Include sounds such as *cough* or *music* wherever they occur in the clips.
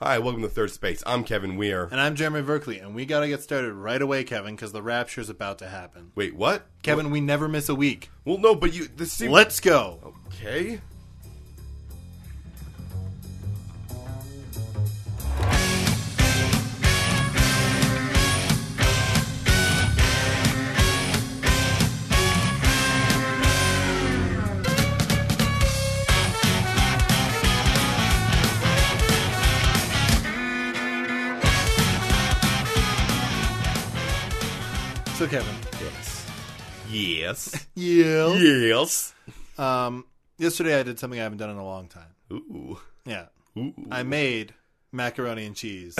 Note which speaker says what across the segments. Speaker 1: Hi, welcome to Third Space. I'm Kevin Weir.
Speaker 2: And I'm Jeremy Berkeley, and we got to get started right away, Kevin, because the rapture's about to happen.
Speaker 1: Wait, what?
Speaker 2: Kevin, we never miss a week.
Speaker 1: Well, no, but you. This seems.
Speaker 2: Let's go.
Speaker 1: Okay.
Speaker 2: So, Kevin.
Speaker 1: Yes.
Speaker 2: *laughs*
Speaker 1: Yes.
Speaker 2: Yeah.
Speaker 1: yes.
Speaker 2: Um, yesterday I did something I haven't done in a long time.
Speaker 1: Ooh.
Speaker 2: Yeah.
Speaker 1: Ooh.
Speaker 2: I made macaroni and cheese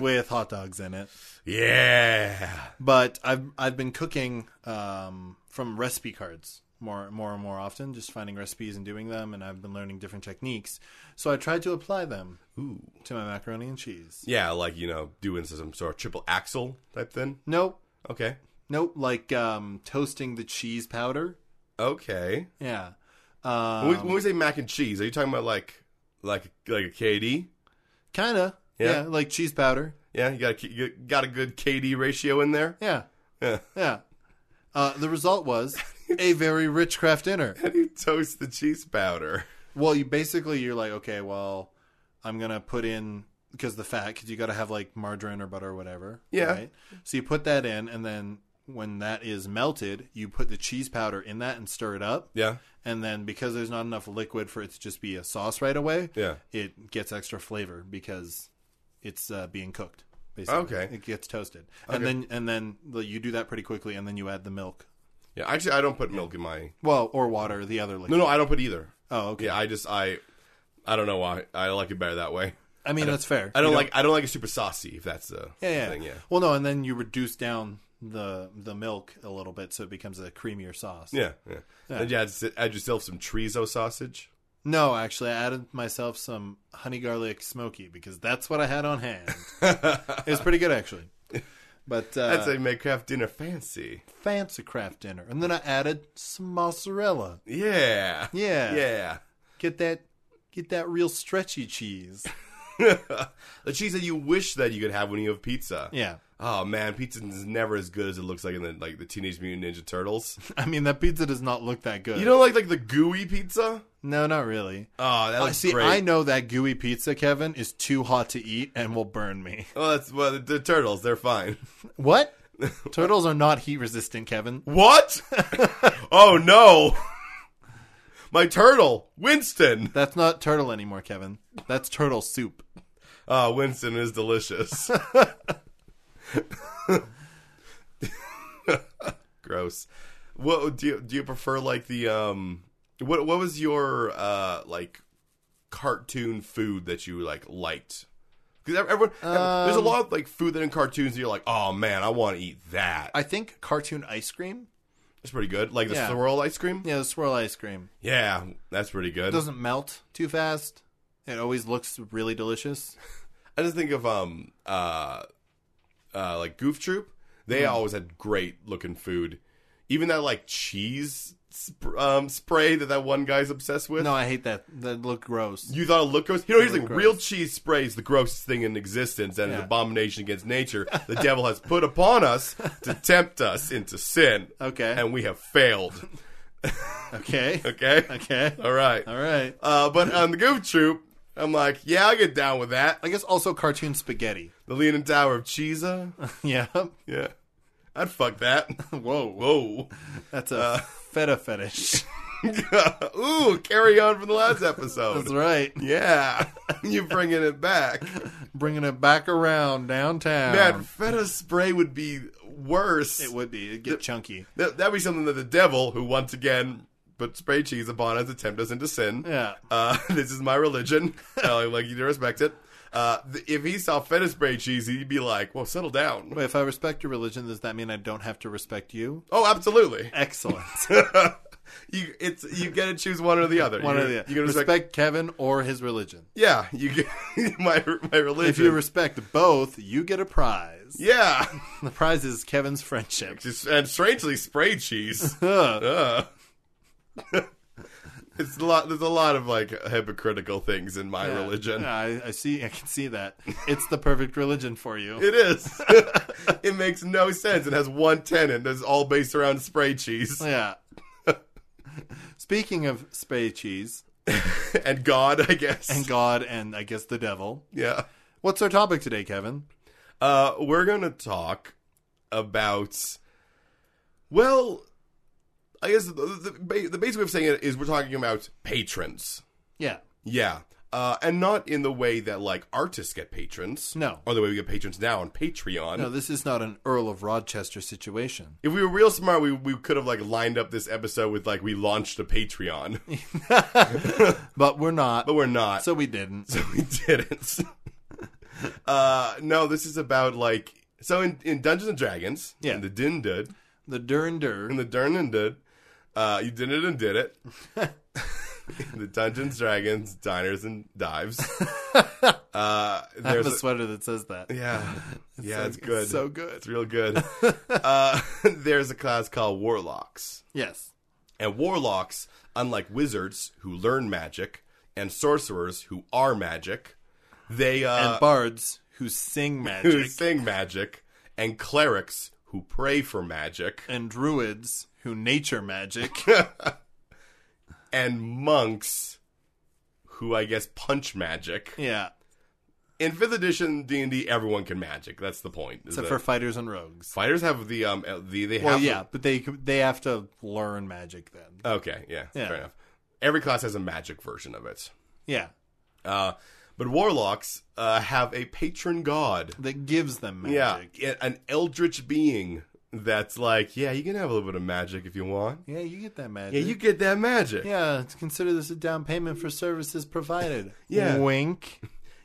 Speaker 2: with hot dogs in it.
Speaker 1: Yeah.
Speaker 2: But I've I've been cooking um, from recipe cards more more and more often, just finding recipes and doing them, and I've been learning different techniques. So I tried to apply them
Speaker 1: Ooh.
Speaker 2: to my macaroni and cheese.
Speaker 1: Yeah, like you know, doing some sort of triple axle type thing.
Speaker 2: Nope,
Speaker 1: Okay.
Speaker 2: nope, like um, toasting the cheese powder.
Speaker 1: Okay.
Speaker 2: Yeah.
Speaker 1: when, we,
Speaker 2: Um,
Speaker 1: when we say mac and cheese, are you talking about like, like, like a KD?
Speaker 2: kind of.
Speaker 1: Yeah.
Speaker 2: yeah, like cheese powder.
Speaker 1: Yeah, you got a, you got a good KD ratio in there. *laughs*
Speaker 2: Yeah.
Speaker 1: Yeah.
Speaker 2: Yeah. Uh, the result was a very rich craft dinner.
Speaker 1: How do you toast the cheese powder?
Speaker 2: Well, you basically you're like, okay, well, I'm gonna put in because the fat, because you got to have like margarine or butter or whatever.
Speaker 1: Yeah.
Speaker 2: So you put that in, and then when that is melted, you put the cheese powder in that and stir it up.
Speaker 1: Yeah.
Speaker 2: And then because there's not enough liquid for it to just be a sauce right away,
Speaker 1: Yeah.
Speaker 2: it gets extra flavor because it's uh, being cooked. Basically.
Speaker 1: Okay.
Speaker 2: It gets toasted, and then and then the, you do that pretty quickly, and then you add the milk
Speaker 1: Yeah. Actually, I don't put milk in my.
Speaker 2: Well, or water, the other liquid.
Speaker 1: No, no, I don't put either.
Speaker 2: Oh, okay.
Speaker 1: Yeah, I just I, I don't know why I like it better that way.
Speaker 2: I mean, that's fair.
Speaker 1: I don't
Speaker 2: You
Speaker 1: like I don't like it super saucy if that's the
Speaker 2: Yeah, yeah.
Speaker 1: thing. Yeah.
Speaker 2: Well, no, and then you reduce down the the milk a little bit so it becomes a creamier sauce.
Speaker 1: Yeah. Yeah. And you add, add yourself some chorizo sausage.
Speaker 2: No, actually, I added myself some honey garlic smoky because that's what I had
Speaker 1: *laughs*
Speaker 2: on hand. it was pretty good actually. But uh,
Speaker 1: That's how you make craft dinner fancy.
Speaker 2: fancy craft dinner, and then I added some mozzarella.
Speaker 1: Yeah.
Speaker 2: Yeah.
Speaker 1: Yeah. *laughs*
Speaker 2: Get that, get that real stretchy cheese.
Speaker 1: the cheese that you wish that you could have when you have pizza.
Speaker 2: *laughs* Yeah.
Speaker 1: Oh man, pizza is never as good as it looks like in the like the Teenage Mutant Ninja
Speaker 2: *laughs*
Speaker 1: Turtles.
Speaker 2: I mean, that pizza does not look that good.
Speaker 1: You don't like like the gooey pizza?
Speaker 2: no, not really.
Speaker 1: Oh, that
Speaker 2: I
Speaker 1: looks
Speaker 2: Uh, see.
Speaker 1: great.
Speaker 2: I know that gooey pizza, Kevin, is too hot to eat and will burn me.
Speaker 1: Well, that's well, the, the turtles. They're fine.
Speaker 2: *laughs* What? *laughs* Turtles are not heat resistant, Kevin.
Speaker 1: What? *laughs* oh no, *laughs* my turtle, Winston.
Speaker 2: That's not turtle anymore, Kevin. That's turtle soup.
Speaker 1: Oh, Winston is delicious. *laughs* Gross. What do you do? You prefer like the um? What what was your uh like cartoon food that you like liked? Because everyone, everyone-
Speaker 2: Um.
Speaker 1: there's a lot of like food that in cartoons that you're like, oh man, I want to eat that.
Speaker 2: I think cartoon ice cream.
Speaker 1: That's pretty good. Like the
Speaker 2: Yeah.
Speaker 1: swirl ice cream.
Speaker 2: Yeah, the swirl ice cream.
Speaker 1: Yeah, that's pretty good.
Speaker 2: It doesn't melt too fast. It always looks really delicious.
Speaker 1: I just think of um uh uh like Goof Troop. They
Speaker 2: Mm-hmm.
Speaker 1: always had great looking food. Even that like cheese sp- um spray that that one guy's obsessed with.
Speaker 2: No, I hate that. That looked *laughs* gross.
Speaker 1: You thought it looked gross? You know, he's like,
Speaker 2: looked gross.
Speaker 1: real cheese spray is the grossest thing in existence and an
Speaker 2: Yeah.
Speaker 1: abomination against nature the devil has put upon us to tempt us into sin.
Speaker 2: Okay.
Speaker 1: And we have failed.
Speaker 2: Okay.
Speaker 1: Okay?
Speaker 2: *laughs* Okay.
Speaker 1: All right.
Speaker 2: All right.
Speaker 1: Uh, but on the Goof Troop, I'm like, yeah, I'll get down with that.
Speaker 2: I guess also cartoon spaghetti.
Speaker 1: The Leaning Tower of Cheesa.
Speaker 2: *laughs* yeah.
Speaker 1: Yeah. I'd fuck that.
Speaker 2: *laughs* Whoa. Uh,
Speaker 1: Whoa. *laughs*
Speaker 2: That's a feta fetish.
Speaker 1: Ooh, carry on from the last
Speaker 2: *laughs*
Speaker 1: *laughs*
Speaker 2: That's
Speaker 1: episode.
Speaker 2: right.
Speaker 1: Yeah. *laughs* You're bringing it
Speaker 2: *laughs*
Speaker 1: back.
Speaker 2: Bringing it back around downtown.
Speaker 1: Man, feta spray would be worse.
Speaker 2: Um, It would be. It'd get chunky.
Speaker 1: That, that'd be something that the devil, who once again put spray cheese upon us to tempt us into sin.
Speaker 2: Yeah.
Speaker 1: Uh, *laughs* this is my religion. *laughs* I like you to respect it. Uh, th- if he saw feta spray cheese, he'd be like, well, settle down.
Speaker 2: Wait, if I respect your religion, does that mean I don't have to respect you?
Speaker 1: Oh, absolutely. *laughs*
Speaker 2: Excellent.
Speaker 1: you it's you get to choose one or the other.
Speaker 2: *laughs* One
Speaker 1: you,
Speaker 2: or the
Speaker 1: You can
Speaker 2: respect,
Speaker 1: respect
Speaker 2: Kevin or his religion.
Speaker 1: Yeah, you get *laughs* my my religion.
Speaker 2: If you respect both, you get a prize.
Speaker 1: yeah,
Speaker 2: The prize is Kevin's *laughs* friendship. *laughs*
Speaker 1: Uh, Just- and strangely spray cheese.
Speaker 2: Ugh.
Speaker 1: Ugh. *laughs* It's a lot. There's a lot of like hypocritical things in my
Speaker 2: Yeah.
Speaker 1: religion.
Speaker 2: Yeah, I, I see. I can see that.
Speaker 1: *laughs*
Speaker 2: It's the perfect religion for you.
Speaker 1: It
Speaker 2: *laughs*
Speaker 1: is. it makes no sense. It has one tenant that's all based around spray cheese *laughs*
Speaker 2: Yeah. Speaking of spray cheese
Speaker 1: *laughs* and God, I guess.
Speaker 2: and God and I guess the devil,
Speaker 1: *laughs* yeah.
Speaker 2: what's our topic today, Kevin?
Speaker 1: Uh, we're gonna talk about. Well, I guess the, the, ba- the basic way of saying it is we're talking about patrons.
Speaker 2: Yeah.
Speaker 1: Yeah. Uh, and not in the way that like artists get patrons.
Speaker 2: No.
Speaker 1: Or the way we get patrons now on Patreon.
Speaker 2: No, this is not an Earl of Rochester situation. *laughs*
Speaker 1: If we were real smart, we we could have like lined up this episode with like we launched a
Speaker 2: *laughs*
Speaker 1: Patreon,
Speaker 2: But we're not.
Speaker 1: but we're not, *laughs* so,
Speaker 2: so we didn't.
Speaker 1: we didn't. *laughs* uh, no, this is about like so in, in Dungeons and Dragons,
Speaker 2: Yeah.
Speaker 1: in the Din Dud,
Speaker 2: The Durn Dur.
Speaker 1: in the Dern and Dud, uh, you did it and did
Speaker 2: *laughs*
Speaker 1: it. In the Dungeons Dragons Diners and
Speaker 2: *laughs*
Speaker 1: Dives. uh,
Speaker 2: I have
Speaker 1: there's
Speaker 2: a sweater that says that. *laughs*
Speaker 1: yeah, yeah,
Speaker 2: so-
Speaker 1: it's good,
Speaker 2: so good.
Speaker 1: it's real
Speaker 2: *laughs*
Speaker 1: good. uh, *laughs* there's a class called Warlocks.
Speaker 2: Yes.
Speaker 1: And warlocks, unlike wizards who learn magic and sorcerers who are magic, they
Speaker 2: And
Speaker 1: uh,
Speaker 2: bards who sing magic.
Speaker 1: who sing magic, and clerics who pray for magic,
Speaker 2: and druids who
Speaker 1: *laughs*
Speaker 2: nature magic.
Speaker 1: and monks who I guess punch magic.
Speaker 2: yeah.
Speaker 1: In fifth edition D and D, everyone can magic. That's the point. is
Speaker 2: Except
Speaker 1: that
Speaker 2: for fighters and rogues.
Speaker 1: fighters have the um uh, the they
Speaker 2: Well,
Speaker 1: have
Speaker 2: yeah, but they they have to learn magic then.
Speaker 1: okay yeah,
Speaker 2: Yeah.
Speaker 1: fair enough. Every class has a magic version of it.
Speaker 2: Yeah,
Speaker 1: Uh, but warlocks uh, have a patron god.
Speaker 2: that gives them
Speaker 1: Yeah,
Speaker 2: magic.
Speaker 1: yeah, an eldritch being that's like, yeah, you can have a little bit of magic if you want.
Speaker 2: Yeah, you get that magic.
Speaker 1: Yeah, you get that magic. Yeah,
Speaker 2: Yeah, it's- consider this a down payment for services provided.
Speaker 1: *laughs* Yeah.
Speaker 2: Wink.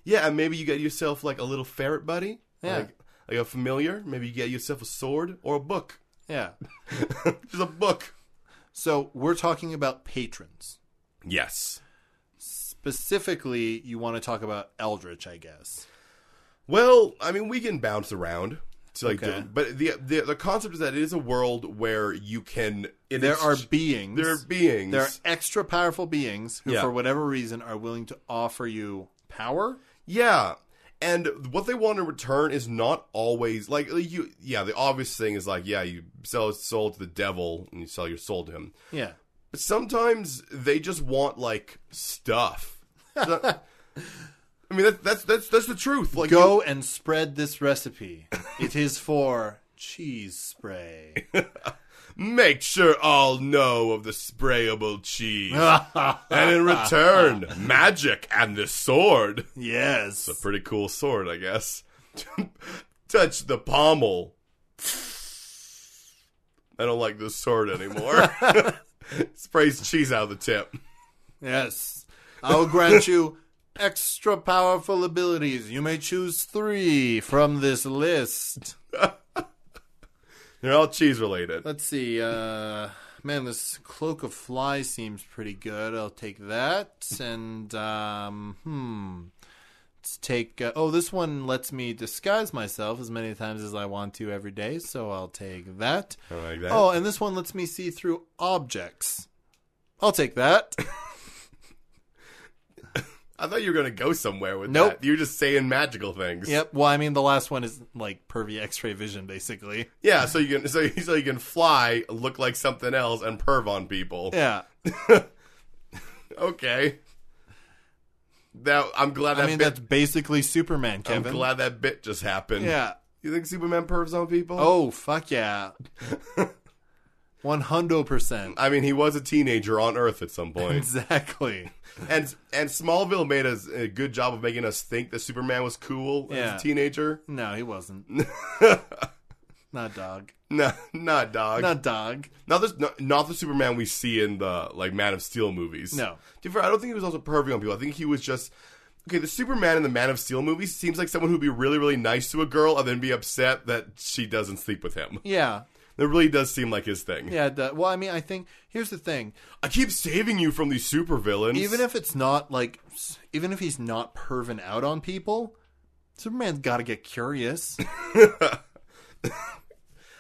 Speaker 1: and maybe you get yourself like a little ferret buddy.
Speaker 2: Yeah.
Speaker 1: Like, like a familiar. Maybe you get yourself a sword or a book. *laughs*
Speaker 2: Yeah.
Speaker 1: Just a book.
Speaker 2: So we're talking about patrons.
Speaker 1: Yes.
Speaker 2: Specifically, you want to talk about Eldritch, I guess.
Speaker 1: Well, I mean, we can bounce around. To like,
Speaker 2: Okay.
Speaker 1: different- but the, the the concept is that it is a world where you can. it
Speaker 2: There
Speaker 1: is-
Speaker 2: are beings.
Speaker 1: there are beings.
Speaker 2: There are extra powerful beings who,
Speaker 1: Yeah.
Speaker 2: for whatever reason, are willing to offer you power.
Speaker 1: Yeah. And what they want in return is not always like you. Yeah, the obvious thing is like, yeah, you sell his soul to the devil and you sell your soul to him.
Speaker 2: Yeah.
Speaker 1: But sometimes they just want like stuff. So- I mean, that's that's that's that's the truth. Like,
Speaker 2: Go and spread this recipe. it is for cheese
Speaker 1: *laughs*
Speaker 2: spray.
Speaker 1: you make sure all know of the sprayable cheese,
Speaker 2: *laughs*
Speaker 1: and in return, magic and this sword.
Speaker 2: yes.
Speaker 1: Pretty cool sword, I guess. *laughs* Touch the pommel. I don't like this sword anymore. *laughs* Sprays cheese out of the tip.
Speaker 2: Yes. I will grant you extra powerful abilities. You may choose three from this list.
Speaker 1: They're all cheese related.
Speaker 2: Let's see. Uh, man, this cloak of fly seems pretty good. I'll take that. And, um, hmm. Let's take. Uh, oh, this one lets me disguise myself as many times as I want to every day, so I'll take that.
Speaker 1: I like that.
Speaker 2: Oh, and this one lets me see through objects. I'll take that.
Speaker 1: I thought you were gonna go somewhere with
Speaker 2: Nope.
Speaker 1: that. You're just saying magical things.
Speaker 2: yep. Well, I mean, the last one is like pervy X-ray vision, basically.
Speaker 1: Yeah. So you can so you, so you can fly, look like something else, and perv on people.
Speaker 2: Yeah.
Speaker 1: Okay. That I'm glad that
Speaker 2: I mean,
Speaker 1: bit,
Speaker 2: that's basically Superman,
Speaker 1: I'm
Speaker 2: Kevin.
Speaker 1: glad that bit just happened.
Speaker 2: Yeah.
Speaker 1: You think Superman pervs on people?
Speaker 2: Oh,
Speaker 1: *laughs*
Speaker 2: fuck yeah. One hundred percent.
Speaker 1: I mean, he was a teenager on Earth at some point.
Speaker 2: Exactly.
Speaker 1: and and Smallville made us a good job of making us think that Superman was cool
Speaker 2: Yeah.
Speaker 1: as a teenager. *laughs*
Speaker 2: No, he wasn't. Not dog.
Speaker 1: No, not dog.
Speaker 2: Not dog.
Speaker 1: Not this, not, not the Superman we see in the like Man of Steel movies.
Speaker 2: No.
Speaker 1: To be fair, I don't think he was also pervy on people. I think he was just okay. The Superman in the Man of Steel movies seems like someone who'd be really really nice to a girl and then be upset that she doesn't sleep with him. *laughs*
Speaker 2: Yeah.
Speaker 1: That really does seem like his thing.
Speaker 2: Yeah. duh. Well, I mean, I think here's the thing.
Speaker 1: I keep saving you from these supervillains.
Speaker 2: Even if it's not like, even if he's not perving out
Speaker 1: *laughs*
Speaker 2: on people, Superman's got to get curious.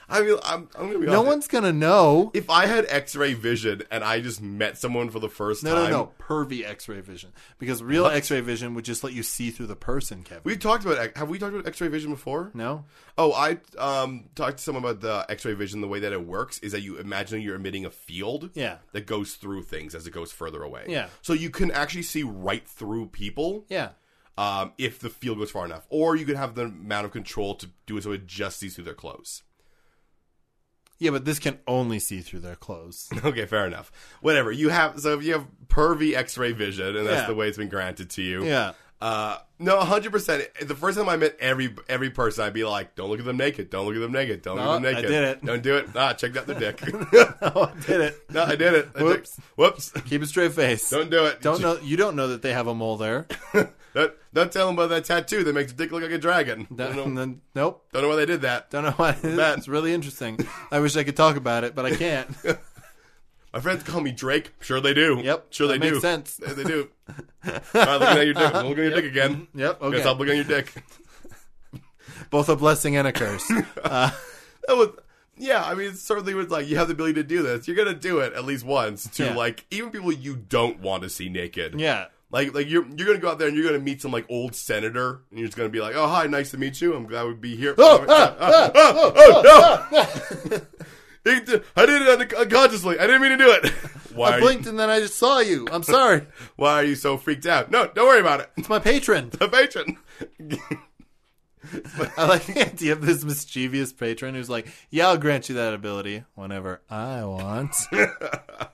Speaker 1: I mean, I'm, I'm gonna be
Speaker 2: No
Speaker 1: honest.
Speaker 2: one's gonna know.
Speaker 1: If I had X-ray vision and I just met someone for the first
Speaker 2: No, no,
Speaker 1: time,
Speaker 2: no. Pervy X-ray vision, because real X-ray vision would just let you see through the person, Kevin.
Speaker 1: we talked about X- have we talked about X-ray vision before?
Speaker 2: no.
Speaker 1: Oh, I um talked to someone about the X-ray vision. The way that it works is that you imagine you're emitting a field,
Speaker 2: Yeah.
Speaker 1: that goes through things as it goes further away.
Speaker 2: Yeah.
Speaker 1: so you can actually see right through people.
Speaker 2: Yeah.
Speaker 1: um, if the field goes far enough, or you could have the amount of control to do it so it just sees through their clothes. *laughs*
Speaker 2: Yeah, but this can only see through their clothes.
Speaker 1: Okay, fair enough. Whatever you have, so if you have pervy X-ray vision, and that's
Speaker 2: Yeah.
Speaker 1: the way it's been granted to you.
Speaker 2: yeah.
Speaker 1: Uh, no, hundred percent. The first time I met every every person, I'd be like, "Don't look at them naked. Don't look at them naked. Don't look
Speaker 2: No,
Speaker 1: at them
Speaker 2: I
Speaker 1: naked.
Speaker 2: did it.
Speaker 1: Don't do it. Ah, check out their
Speaker 2: *laughs*
Speaker 1: dick. *laughs*
Speaker 2: oh, I did it.
Speaker 1: no, I did it. I did-
Speaker 2: Whoops.
Speaker 1: whoops.
Speaker 2: *laughs* Keep a straight face.
Speaker 1: Don't do it.
Speaker 2: Don't know. You don't know that they have a mole there.
Speaker 1: Don't, don't tell them about that tattoo that makes the dick look like a dragon. Don't know,
Speaker 2: Don't- nope.
Speaker 1: don't know why they did that.
Speaker 2: Don't know why. *laughs*
Speaker 1: Matt.
Speaker 2: It's really interesting. I wish I could talk about it, but I can't.
Speaker 1: My friends call me Drake. Sure they do.
Speaker 2: Yep.
Speaker 1: Sure
Speaker 2: that
Speaker 1: they
Speaker 2: makes
Speaker 1: do.
Speaker 2: sense.
Speaker 1: Yeah, they do. All right, looking at your
Speaker 2: *laughs*
Speaker 1: dick. We're looking at your dick again.
Speaker 2: Yep.
Speaker 1: Okay.
Speaker 2: Okay.
Speaker 1: Stop looking at your dick.
Speaker 2: Both a blessing and a curse.
Speaker 1: That was, yeah, I mean, it certainly was like you have the ability to do this. You're gonna do it at least once to
Speaker 2: Yeah.
Speaker 1: like even people you don't want to see naked.
Speaker 2: yeah.
Speaker 1: Like like you're you're gonna go out there and you're gonna meet some like old senator and you're just gonna be like, oh hi, nice to meet you. I'm glad we'd be here. Oh, *laughs*
Speaker 2: ah,
Speaker 1: oh, oh, oh, no. He did- I did it un- unconsciously. I didn't mean to do it. *laughs* Why
Speaker 2: I
Speaker 1: are,
Speaker 2: blinked
Speaker 1: you,
Speaker 2: and then I just saw you. I'm sorry.
Speaker 1: why are you so freaked out? No, don't worry about it. *laughs*
Speaker 2: It's my patron.
Speaker 1: The patron. *laughs*
Speaker 2: I like the idea of this mischievous patron who's like, "Yeah, I'll grant you that ability whenever
Speaker 1: *laughs*
Speaker 2: I want."
Speaker 1: I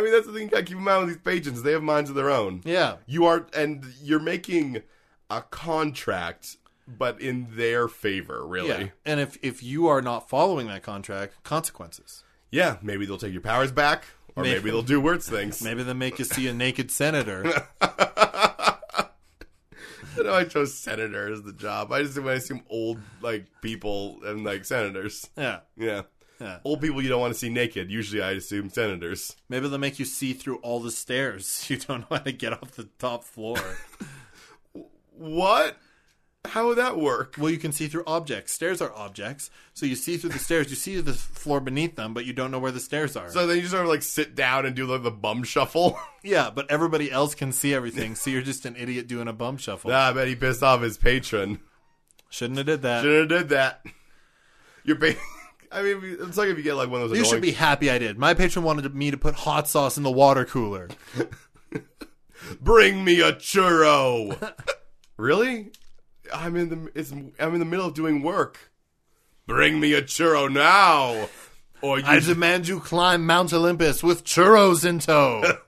Speaker 1: mean, that's the thing you gotta keep in mind with these patrons. They have minds of their own.
Speaker 2: yeah.
Speaker 1: You are, and you're making a contract, but in their favor,
Speaker 2: Yeah.
Speaker 1: really.
Speaker 2: And if if you are not following that contract, consequences.
Speaker 1: Yeah, maybe they'll take your powers back, or
Speaker 2: Maybe.
Speaker 1: maybe, they'll do worse things.
Speaker 2: *laughs* Maybe they make you see a naked senator.
Speaker 1: *laughs* I know I chose senator as the job. I just when I assume old like people and like senators.
Speaker 2: Yeah.
Speaker 1: Yeah.
Speaker 2: Yeah.
Speaker 1: Old people you don't want to see naked. Usually, I assume senators.
Speaker 2: Maybe they'll make you see through all the stairs. *laughs* You don't know how to get off the top floor.
Speaker 1: What? How would that work?
Speaker 2: well, you can see through objects. Stairs are objects. So you see through the stairs. You see the floor beneath them, but you don't know where the stairs are.
Speaker 1: So then you just sort of like sit down and do like the bum shuffle. *laughs*
Speaker 2: yeah, but everybody else can see everything. So you're just an idiot doing a bum shuffle.
Speaker 1: nah, I bet he pissed off his patron.
Speaker 2: Shouldn't have did that.
Speaker 1: Should have did that. You're ba- *laughs* I mean, it's like if you get like one of those.
Speaker 2: you
Speaker 1: annoying-
Speaker 2: should be happy I did. My patron wanted me to put hot sauce in the water cooler.
Speaker 1: Bring me a churro. *laughs* really? I'm in the it's I'm in the middle of doing work. Bring me a churro now, or you.
Speaker 2: I
Speaker 1: I,
Speaker 2: demand you climb Mount Olympus with churros in tow.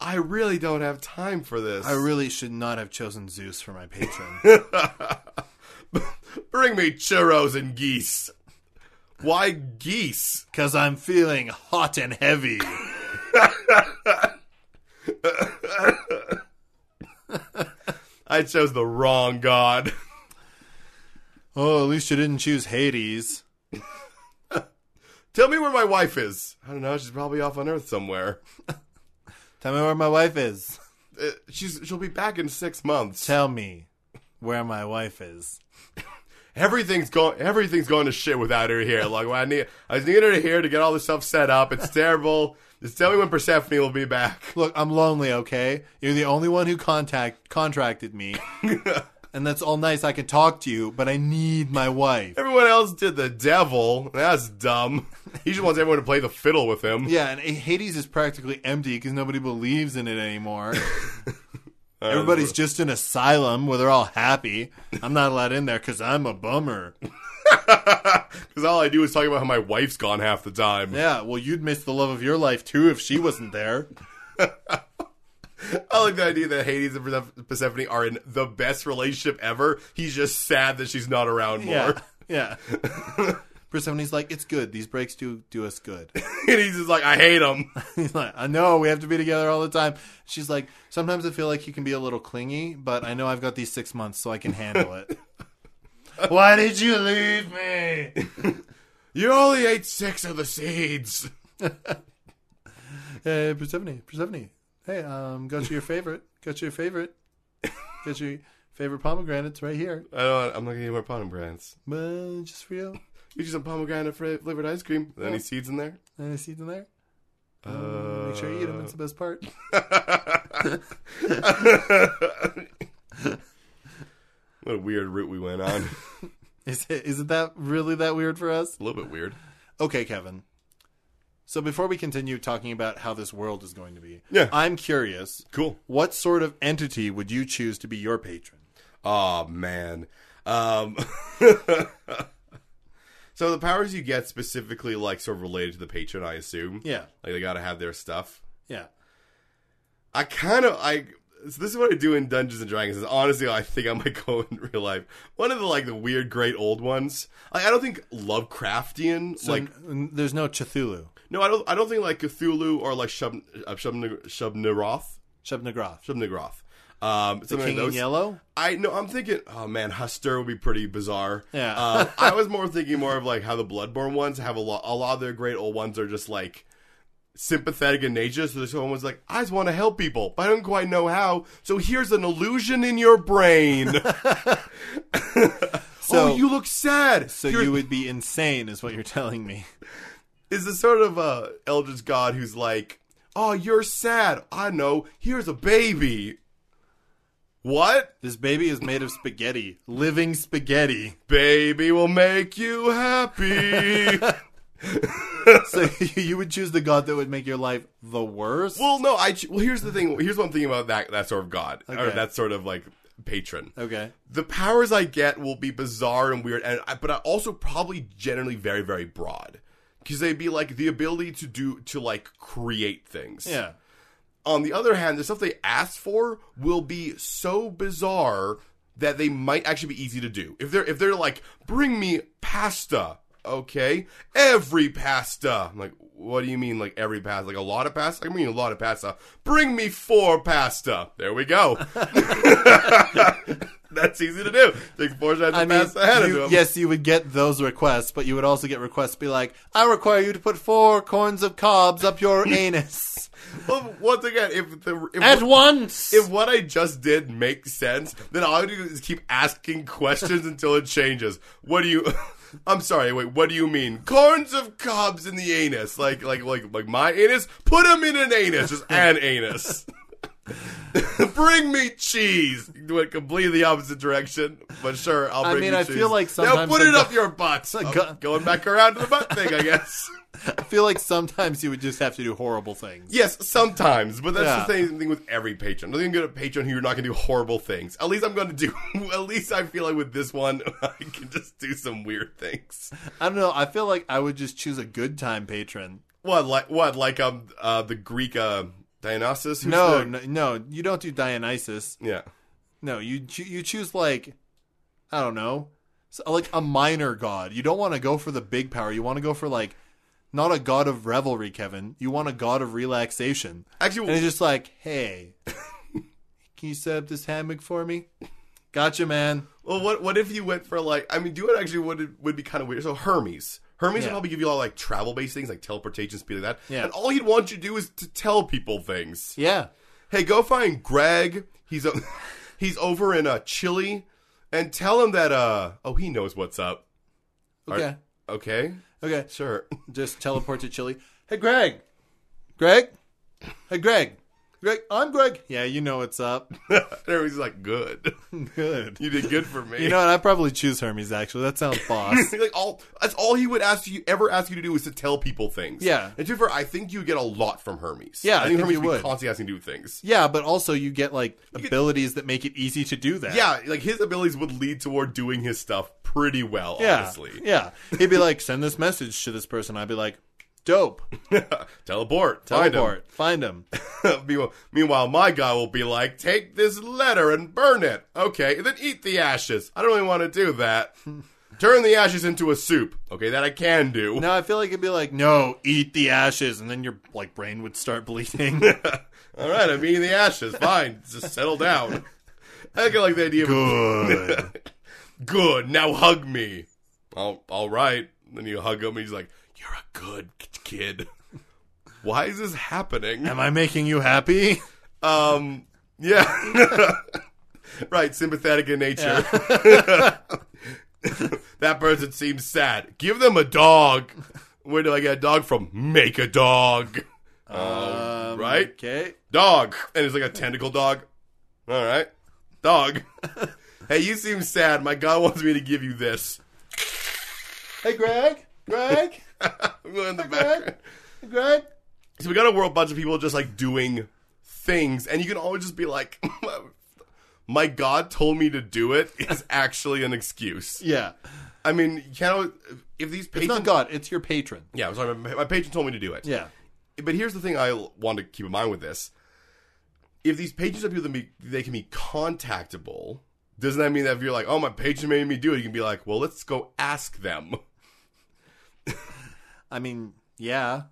Speaker 1: I really don't have time for this.
Speaker 2: I really should not have chosen Zeus for my patron.
Speaker 1: Bring me churros and geese. Why geese?
Speaker 2: Because I'm feeling hot and heavy.
Speaker 1: I chose the wrong god. *laughs*
Speaker 2: Oh, at least you didn't choose Hades.
Speaker 1: Tell me where my wife is. I don't know. She's probably off on Earth somewhere.
Speaker 2: Tell me where my wife is.
Speaker 1: Uh, she's she'll be back in six months.
Speaker 2: Tell me where my wife is.
Speaker 1: everything's going everything's going to shit without her here. Like well, I need I just need her here to get all this stuff set up. It's terrible. Just tell me when Persephone will be back.
Speaker 2: Look, I'm lonely, okay? You're the only one who contact contracted me. and that's all nice. I can talk to you, but I need my wife.
Speaker 1: Everyone else did the devil. That's dumb. He just wants everyone to play the fiddle with him.
Speaker 2: Yeah, and Hades is practically empty because nobody believes in it anymore. Everybody's just an asylum where they're all happy. I'm not allowed in there because I'm a bummer.
Speaker 1: Because all I do is talk about how my wife's gone half the time.
Speaker 2: Yeah, well, you'd miss the love of your life too if she wasn't there.
Speaker 1: I like the idea that Hades and Perseph- Persephone are in the best relationship ever. He's just sad that she's not around more. *laughs*
Speaker 2: Yeah. Yeah. Persephone's like, it's good. These breaks do do us good. *laughs*
Speaker 1: and he's just like, I hate him.
Speaker 2: He's like, I know we have to be together all the time. She's like, sometimes I feel like you can be a little clingy, but I know I've got these six months, so I can handle it. Why did you leave me?
Speaker 1: You only ate six of the seeds.
Speaker 2: Hey, Persephone, Persephone. Hey, um, got you your favorite. Got you your favorite. Got your favorite pomegranates right here.
Speaker 1: I don't. I'm not gonna eat more pomegranates.
Speaker 2: Uh, just for you.
Speaker 1: Get you some pomegranate fra- flavored ice cream. Any
Speaker 2: Yeah.
Speaker 1: seeds in there?
Speaker 2: Any seeds in there? Um, make sure you eat them. It's the best part. *laughs*
Speaker 1: What a weird route we went *laughs* on.
Speaker 2: Is it, is it that really that weird for us?
Speaker 1: a little bit weird.
Speaker 2: Okay, Kevin. So before we continue talking about how this world is going to be,
Speaker 1: Yeah.
Speaker 2: I'm curious.
Speaker 1: Cool.
Speaker 2: What sort of entity would you choose to be your patron?
Speaker 1: Oh man. Um *laughs* So the powers you get specifically like sort of related to the patron, I assume.
Speaker 2: Yeah,
Speaker 1: Like they gotta have their stuff.
Speaker 2: yeah.
Speaker 1: I kind of I so this is what I do in Dungeons and Dragons. Is honestly, I think I might *laughs* go in real life. One of the like the weird, great old ones. Like I don't think Lovecraftian.
Speaker 2: So
Speaker 1: like
Speaker 2: n- n- there's no Cthulhu,
Speaker 1: no, I don't. I don't think like Cthulhu or like Shub uh, Shub Shubniroth
Speaker 2: Shub-Nagroth,
Speaker 1: Shubniroth. Um,
Speaker 2: the
Speaker 1: something like
Speaker 2: King in
Speaker 1: those.
Speaker 2: Yellow.
Speaker 1: I no, I'm thinking. Oh man, Huster would be pretty bizarre.
Speaker 2: Yeah.
Speaker 1: Uh, *laughs* I was more thinking more of like how the Bloodborne ones have a lot. A lot of their great old ones are just like sympathetic in nature. So this one was like, I just want to help people, but I don't quite know how. So here's an illusion in your
Speaker 2: *laughs*
Speaker 1: brain.
Speaker 2: So-
Speaker 1: oh, you look sad.
Speaker 2: So
Speaker 1: Here-
Speaker 2: you would be insane, is what you're telling me.
Speaker 1: is this sort of uh, Eldritch God who's like, oh, you're sad. I know. Here's a baby. What?
Speaker 2: This baby is made of spaghetti, living spaghetti.
Speaker 1: Baby will make you
Speaker 2: *laughs*
Speaker 1: happy.
Speaker 2: So *laughs* you would choose the god that would make your life the worst.
Speaker 1: well, no, I. Well, here's the thing. Here's what I'm thinking about that that sort of god or
Speaker 2: Okay.
Speaker 1: that sort of like patron.
Speaker 2: Okay.
Speaker 1: The powers I get will be bizarre and weird, and I- but I also probably generally very very broad because they'd be like the ability to do to like create things.
Speaker 2: Yeah.
Speaker 1: On the other hand, the stuff they ask for will be so bizarre that they might actually be easy to do. If they're if they're like, bring me pasta, okay, every pasta. I'm like, what do you mean, like every pasta? Like a lot of pasta? I mean a lot of pasta. Bring me four pasta. There we
Speaker 2: *laughs*
Speaker 1: go. *laughs* That's easy to do. Take four shots of
Speaker 2: I mean,
Speaker 1: pasta ahead of
Speaker 2: you-
Speaker 1: them.
Speaker 2: yes, you would get those requests, but you would also get requests be like, "I require you to put four corns of cobs up *laughs* your anus
Speaker 1: Well, once again, if the if
Speaker 2: at once."
Speaker 1: if what I just did makes sense, then all I do is keep asking questions *laughs* until it changes. What do you? *laughs* I'm sorry. Wait. What do you mean? Corns of cobs in the anus? Like like like like my anus? Put them in an anus. Just an anus. *laughs* bring me cheese. Went completely the opposite direction, but sure, I'll
Speaker 2: I
Speaker 1: bring
Speaker 2: mean,
Speaker 1: you
Speaker 2: I
Speaker 1: cheese.
Speaker 2: feel like
Speaker 1: now
Speaker 2: sometimes
Speaker 1: put
Speaker 2: the
Speaker 1: it
Speaker 2: go-
Speaker 1: up your butt. I'm
Speaker 2: go-
Speaker 1: going back around to the butt thing, I guess.
Speaker 2: I feel like sometimes you would just have to do horrible things.
Speaker 1: Yes, sometimes, but that's the
Speaker 2: Yeah.
Speaker 1: same thing with every patron. I'm going to get a patron who you're not going to do horrible things. At least I'm going to do. *laughs* At least I feel like with this one, *laughs* I can just do some weird things.
Speaker 2: *laughs* I don't know. I feel like I would just choose a good time patron.
Speaker 1: What like what like um uh the Greek uh Dionysus? Who's
Speaker 2: No,
Speaker 1: the-
Speaker 2: no, no, you don't do Dionysus.
Speaker 1: yeah.
Speaker 2: No, you cho- you choose like I don't know, so- like a minor god. You don't want to go for the big power. You want to go for like not a god of revelry, Kevin. You want a god of relaxation.
Speaker 1: Actually,
Speaker 2: And he's just like, "Hey, can you set up this hammock for me?" Gotcha, man.
Speaker 1: Well, what what if you went for like? I mean, do it actually would would be kind of weird. So Hermes, Hermes
Speaker 2: Yeah.
Speaker 1: would probably give you all like travel based things like teleportation, speed like that.
Speaker 2: Yeah.
Speaker 1: And all he'd want you to do is to tell people things.
Speaker 2: Yeah,
Speaker 1: Hey, go find Greg. He's o- *laughs* he's over in uh, Chile, and tell him that uh oh he knows what's up.
Speaker 2: okay,
Speaker 1: Okay,
Speaker 2: okay.
Speaker 1: sure. *laughs*
Speaker 2: Just teleport to Chile. Hey, Greg. Greg. Hey, Greg. Greg. I'm Greg. Yeah, you know what's up. *laughs*
Speaker 1: and everybody's like, good.
Speaker 2: Good.
Speaker 1: You did good for me.
Speaker 2: *laughs*
Speaker 1: *laughs*
Speaker 2: You know what? I probably choose Hermes. Actually, that sounds boss.
Speaker 1: like all that's all he would ask you ever ask you to do is to tell people things.
Speaker 2: Yeah.
Speaker 1: and to be fair, I think you get a lot from Hermes.
Speaker 2: Yeah,
Speaker 1: I think,
Speaker 2: I think
Speaker 1: Hermes
Speaker 2: you
Speaker 1: be
Speaker 2: would.
Speaker 1: constantly asking you to do things.
Speaker 2: yeah, but also you get like abilities that make it easy to do that.
Speaker 1: Yeah, like his abilities would lead toward doing his stuff pretty well.
Speaker 2: yeah,
Speaker 1: honestly, *laughs*
Speaker 2: yeah. He'd be like, "Send this message to this person." I'd be like, "Dope.
Speaker 1: teleport, find him.
Speaker 2: Teleport. Find him."
Speaker 1: *laughs* meanwhile, meanwhile, my guy will be like, take this letter and burn it. Okay, and then eat the ashes. I don't really want to do that. Turn the ashes into a soup. Okay, that I can do.
Speaker 2: Now I feel like it'd be like, no, eat the ashes, and then your like brain would start *laughs* bleeding.
Speaker 1: *laughs* All right, I'm eating the ashes. Fine, just settle down. I kinda like the idea.
Speaker 2: Good.
Speaker 1: Of, good. Now hug me. All, all right. Then you hug him. He's like, you're a good kid. *laughs* Why is this happening?
Speaker 2: Am I making you happy?
Speaker 1: Um, *laughs* yeah. right, sympathetic in nature. *laughs* that person seems sad. Give them a dog. Where do I get a dog from? Make a dog.
Speaker 2: Um,
Speaker 1: right?
Speaker 2: Okay.
Speaker 1: Dog. And it's like a tentacle dog. All right. Dog. hey, you seem sad. My God wants me to give you this.
Speaker 2: Hey, Greg. Greg.
Speaker 1: In the
Speaker 2: Greg. *laughs*
Speaker 1: background.
Speaker 2: Greg.
Speaker 1: So we got a world bunch of people just like doing things, and you can always just be like, *laughs* "My God told me to do it" is actually an excuse.
Speaker 2: Yeah.
Speaker 1: I mean, you know, if these
Speaker 2: It's
Speaker 1: patrons,
Speaker 2: not God. It's your patron.
Speaker 1: yeah, I'm sorry, my, my patron told me to do it.
Speaker 2: Yeah.
Speaker 1: But here's the thing I l- want to keep in mind with this: if these patrons are people that be, they can be contactable, doesn't that mean that if you're like, "Oh, my patron made me do it," you can be like, "Well, let's go ask them." *laughs*
Speaker 2: I mean, yeah.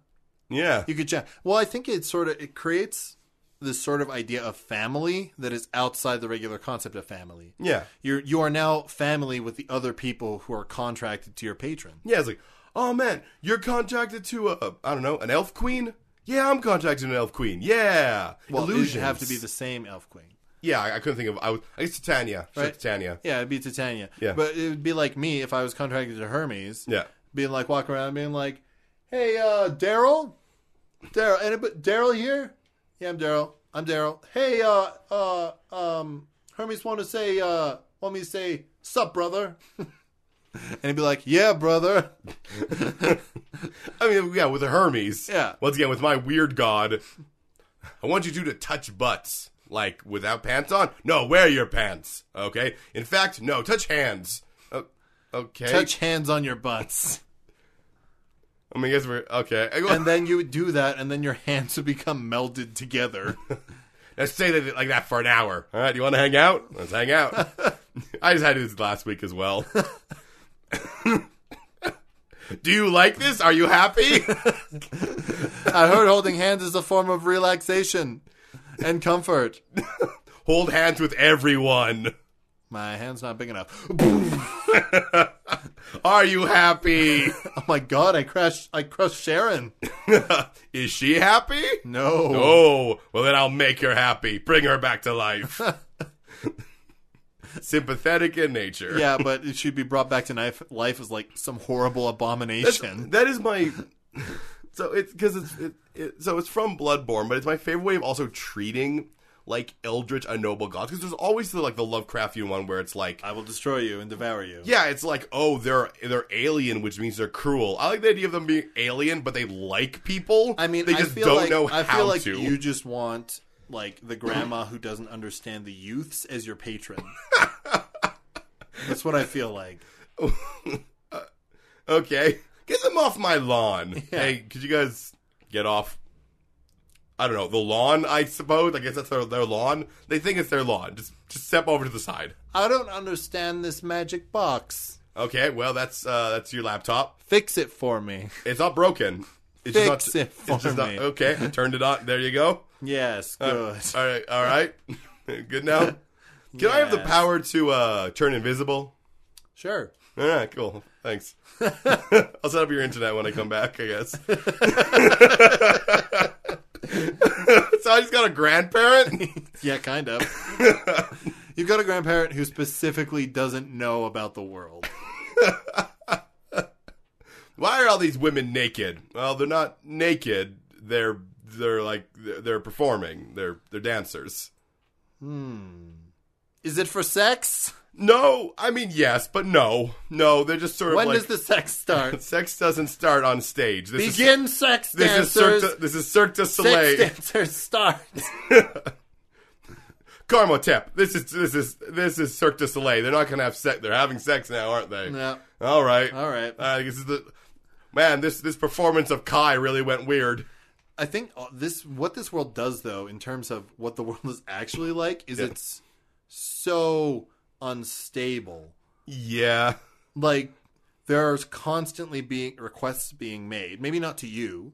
Speaker 1: Yeah,
Speaker 2: You could check. Well, I think it sort of it creates this sort of idea of family that is outside the regular concept of family.
Speaker 1: yeah.
Speaker 2: You're you are now family with the other people who are contracted to your patron.
Speaker 1: Yeah, it's like, oh man, you're contracted to a, I don't know, an elf queen. Yeah, I'm contracted to an elf queen. Yeah,
Speaker 2: Well,
Speaker 1: illusions
Speaker 2: it have to be the same elf queen.
Speaker 1: Yeah, I, I couldn't think of. I was. I guess Titania. Sure,
Speaker 2: Right.
Speaker 1: Titania.
Speaker 2: Yeah, it'd be Titania.
Speaker 1: Yeah.
Speaker 2: But it would be like me if I was contracted to Hermes.
Speaker 1: Yeah.
Speaker 2: Being like walking around being like, Hey, uh, Daryl? Daryl anybody Daryl here? Yeah, I'm Daryl. I'm Daryl. Hey, uh uh um Hermes wanna say uh want me to say sup brother *laughs* And he'd be like, Yeah, brother.
Speaker 1: I mean, yeah, with the Hermes.
Speaker 2: Yeah.
Speaker 1: Once again, with my weird god, I want you two to touch butts, like without pants on. No, wear your pants. Okay. In fact, no, touch hands. O- okay.
Speaker 2: Touch hands on your butts.
Speaker 1: I mean, I guess we're okay. I go,
Speaker 2: and then you would do that and then your hands would become melded together.
Speaker 1: *laughs* Let's say that like that for an hour. All right, you want to hang out? Let's hang
Speaker 2: *laughs*
Speaker 1: out. I just had this last week as well. *laughs* Do you like this? Are you
Speaker 2: *laughs*
Speaker 1: happy?
Speaker 2: I heard holding hands is a form of relaxation and comfort.
Speaker 1: Hold hands with everyone.
Speaker 2: My hand's not big enough. *laughs* Oh
Speaker 1: Are you
Speaker 2: *laughs*
Speaker 1: happy? *laughs*
Speaker 2: Oh my god, I crashed I crushed Sharon.
Speaker 1: Is she happy?
Speaker 2: No.
Speaker 1: Oh, well then I'll make her happy. Bring her back to
Speaker 2: *laughs*
Speaker 1: life. Sympathetic in nature.
Speaker 2: *laughs* Yeah, but it should be brought back to knife life as like some horrible abomination.
Speaker 1: That is my. So it's because it's it, it, so it's from Bloodborne, but it's my favorite way of also treating like Eldritch unknowable gods because there's always the like the Lovecraftian one where it's like.
Speaker 2: I will destroy you and devour you.
Speaker 1: yeah, it's like oh they're they're alien, which means they're cruel. I like the idea of them being alien, but they like people.
Speaker 2: I mean,
Speaker 1: they
Speaker 2: I
Speaker 1: just
Speaker 2: feel
Speaker 1: don't
Speaker 2: like,
Speaker 1: know
Speaker 2: I
Speaker 1: how
Speaker 2: feel like
Speaker 1: to.
Speaker 2: you just want like the grandma who doesn't understand the youths as your
Speaker 1: *laughs*
Speaker 2: patron. That's what I feel like.
Speaker 1: Okay, *laughs* get them off my lawn. Hey, could you guys get off? I don't know the lawn. I suppose. I guess that's their their lawn. They think it's their lawn. Just just step over to the side.
Speaker 2: I don't understand this magic box.
Speaker 1: Okay, well that's uh, that's your laptop.
Speaker 2: Fix it for me.
Speaker 1: It's not broken. It's
Speaker 2: Fix
Speaker 1: just not,
Speaker 2: it for
Speaker 1: it's just
Speaker 2: me.
Speaker 1: Not, okay, Uh, I turned it on. There you go.
Speaker 2: Yes, good.
Speaker 1: All right, all right. *laughs* Good now.
Speaker 2: *laughs*
Speaker 1: Can I have the
Speaker 2: Yes.
Speaker 1: power to uh, turn invisible?
Speaker 2: sure.
Speaker 1: All right, cool. Thanks. *laughs* I'll set up your internet when I come back. I guess. *laughs* so I just got a grandparent.
Speaker 2: Yeah,
Speaker 1: *laughs*
Speaker 2: kind of. You've got a grandparent who specifically doesn't know about the world.
Speaker 1: Why are all these women naked? Well, they're not naked. They're they're like they're, they're performing. They're they're dancers.
Speaker 2: Is it for sex?
Speaker 1: No, I mean yes, but no, no. They're just sort of
Speaker 2: When
Speaker 1: like
Speaker 2: does the sex
Speaker 1: *laughs*
Speaker 2: start?
Speaker 1: sex doesn't start on stage. This is
Speaker 2: Begin sex
Speaker 1: this is Cirque
Speaker 2: dancers.
Speaker 1: du, this is Cirque du
Speaker 2: Sex
Speaker 1: Soleil.
Speaker 2: dancers start.
Speaker 1: Carmo Tep. This is this is this is Cirque du Soleil. They're not gonna have sex. They're having sex now, aren't they?
Speaker 2: yeah.
Speaker 1: All right.
Speaker 2: All right.
Speaker 1: All right, This is the man. This this performance of Kai really went weird.
Speaker 2: I think uh, this what this world does though in terms of what the world is actually like is it's so unstable.
Speaker 1: Yeah.
Speaker 2: Like there's constantly being requests being made, maybe not to you,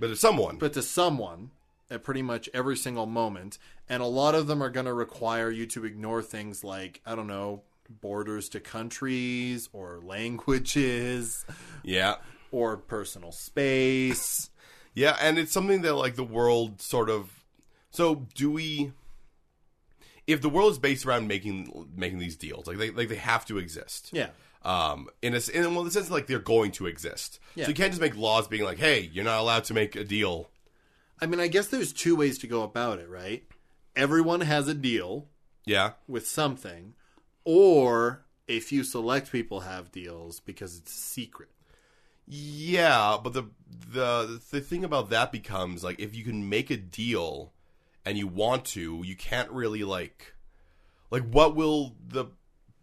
Speaker 1: But it's someone.
Speaker 2: but to someone at pretty much every single moment. And a lot of them are going to require you to ignore things like, I don't know, borders to countries or languages
Speaker 1: yeah.
Speaker 2: or personal space.
Speaker 1: Yeah, and it's something that like the world sort of. So do we? if the world is based around making making these deals, like they like they have to exist.
Speaker 2: Yeah.
Speaker 1: Um, in a s- in well, the sense like they're going to exist.
Speaker 2: Yeah.
Speaker 1: So you can't just make laws being like, hey, you're not allowed to make a deal.
Speaker 2: I mean, I guess there's two ways to go about it, right? Everyone has a deal
Speaker 1: Yeah.
Speaker 2: with something, or a few select people have deals because it's secret.
Speaker 1: Yeah, but the the the thing about that becomes like if you can make a deal and you want to, you can't really like like what will the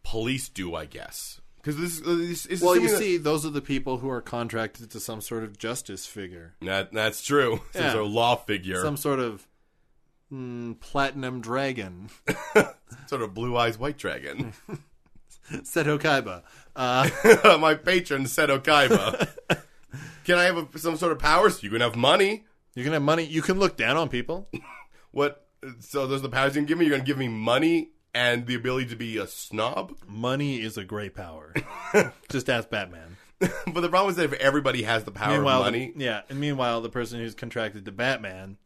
Speaker 1: police do? I guess because this, uh, this is
Speaker 2: Well, you
Speaker 1: assuming that-
Speaker 2: see, those are the people who are contracted to some sort of justice figure,
Speaker 1: that that's true. Some
Speaker 2: Yeah.
Speaker 1: sort of law figure,
Speaker 2: some sort of mm, platinum dragon, *laughs*
Speaker 1: sort of blue eyes white dragon. *laughs*
Speaker 2: said Hokaiba. Uh, *laughs*
Speaker 1: My patron said, "Okaiba, can I have a, some sort of powers? You can have money.
Speaker 2: you can have money. You can look down on people.
Speaker 1: What? So those are the powers you can give me. You're gonna give me money." And the ability to be a snob,
Speaker 2: Money is a great power. *laughs* Just ask Batman.
Speaker 1: but the problem is that if everybody has the power
Speaker 2: Meanwhile,
Speaker 1: of money,
Speaker 2: the- yeah. And meanwhile, the person who's contracted to Batman,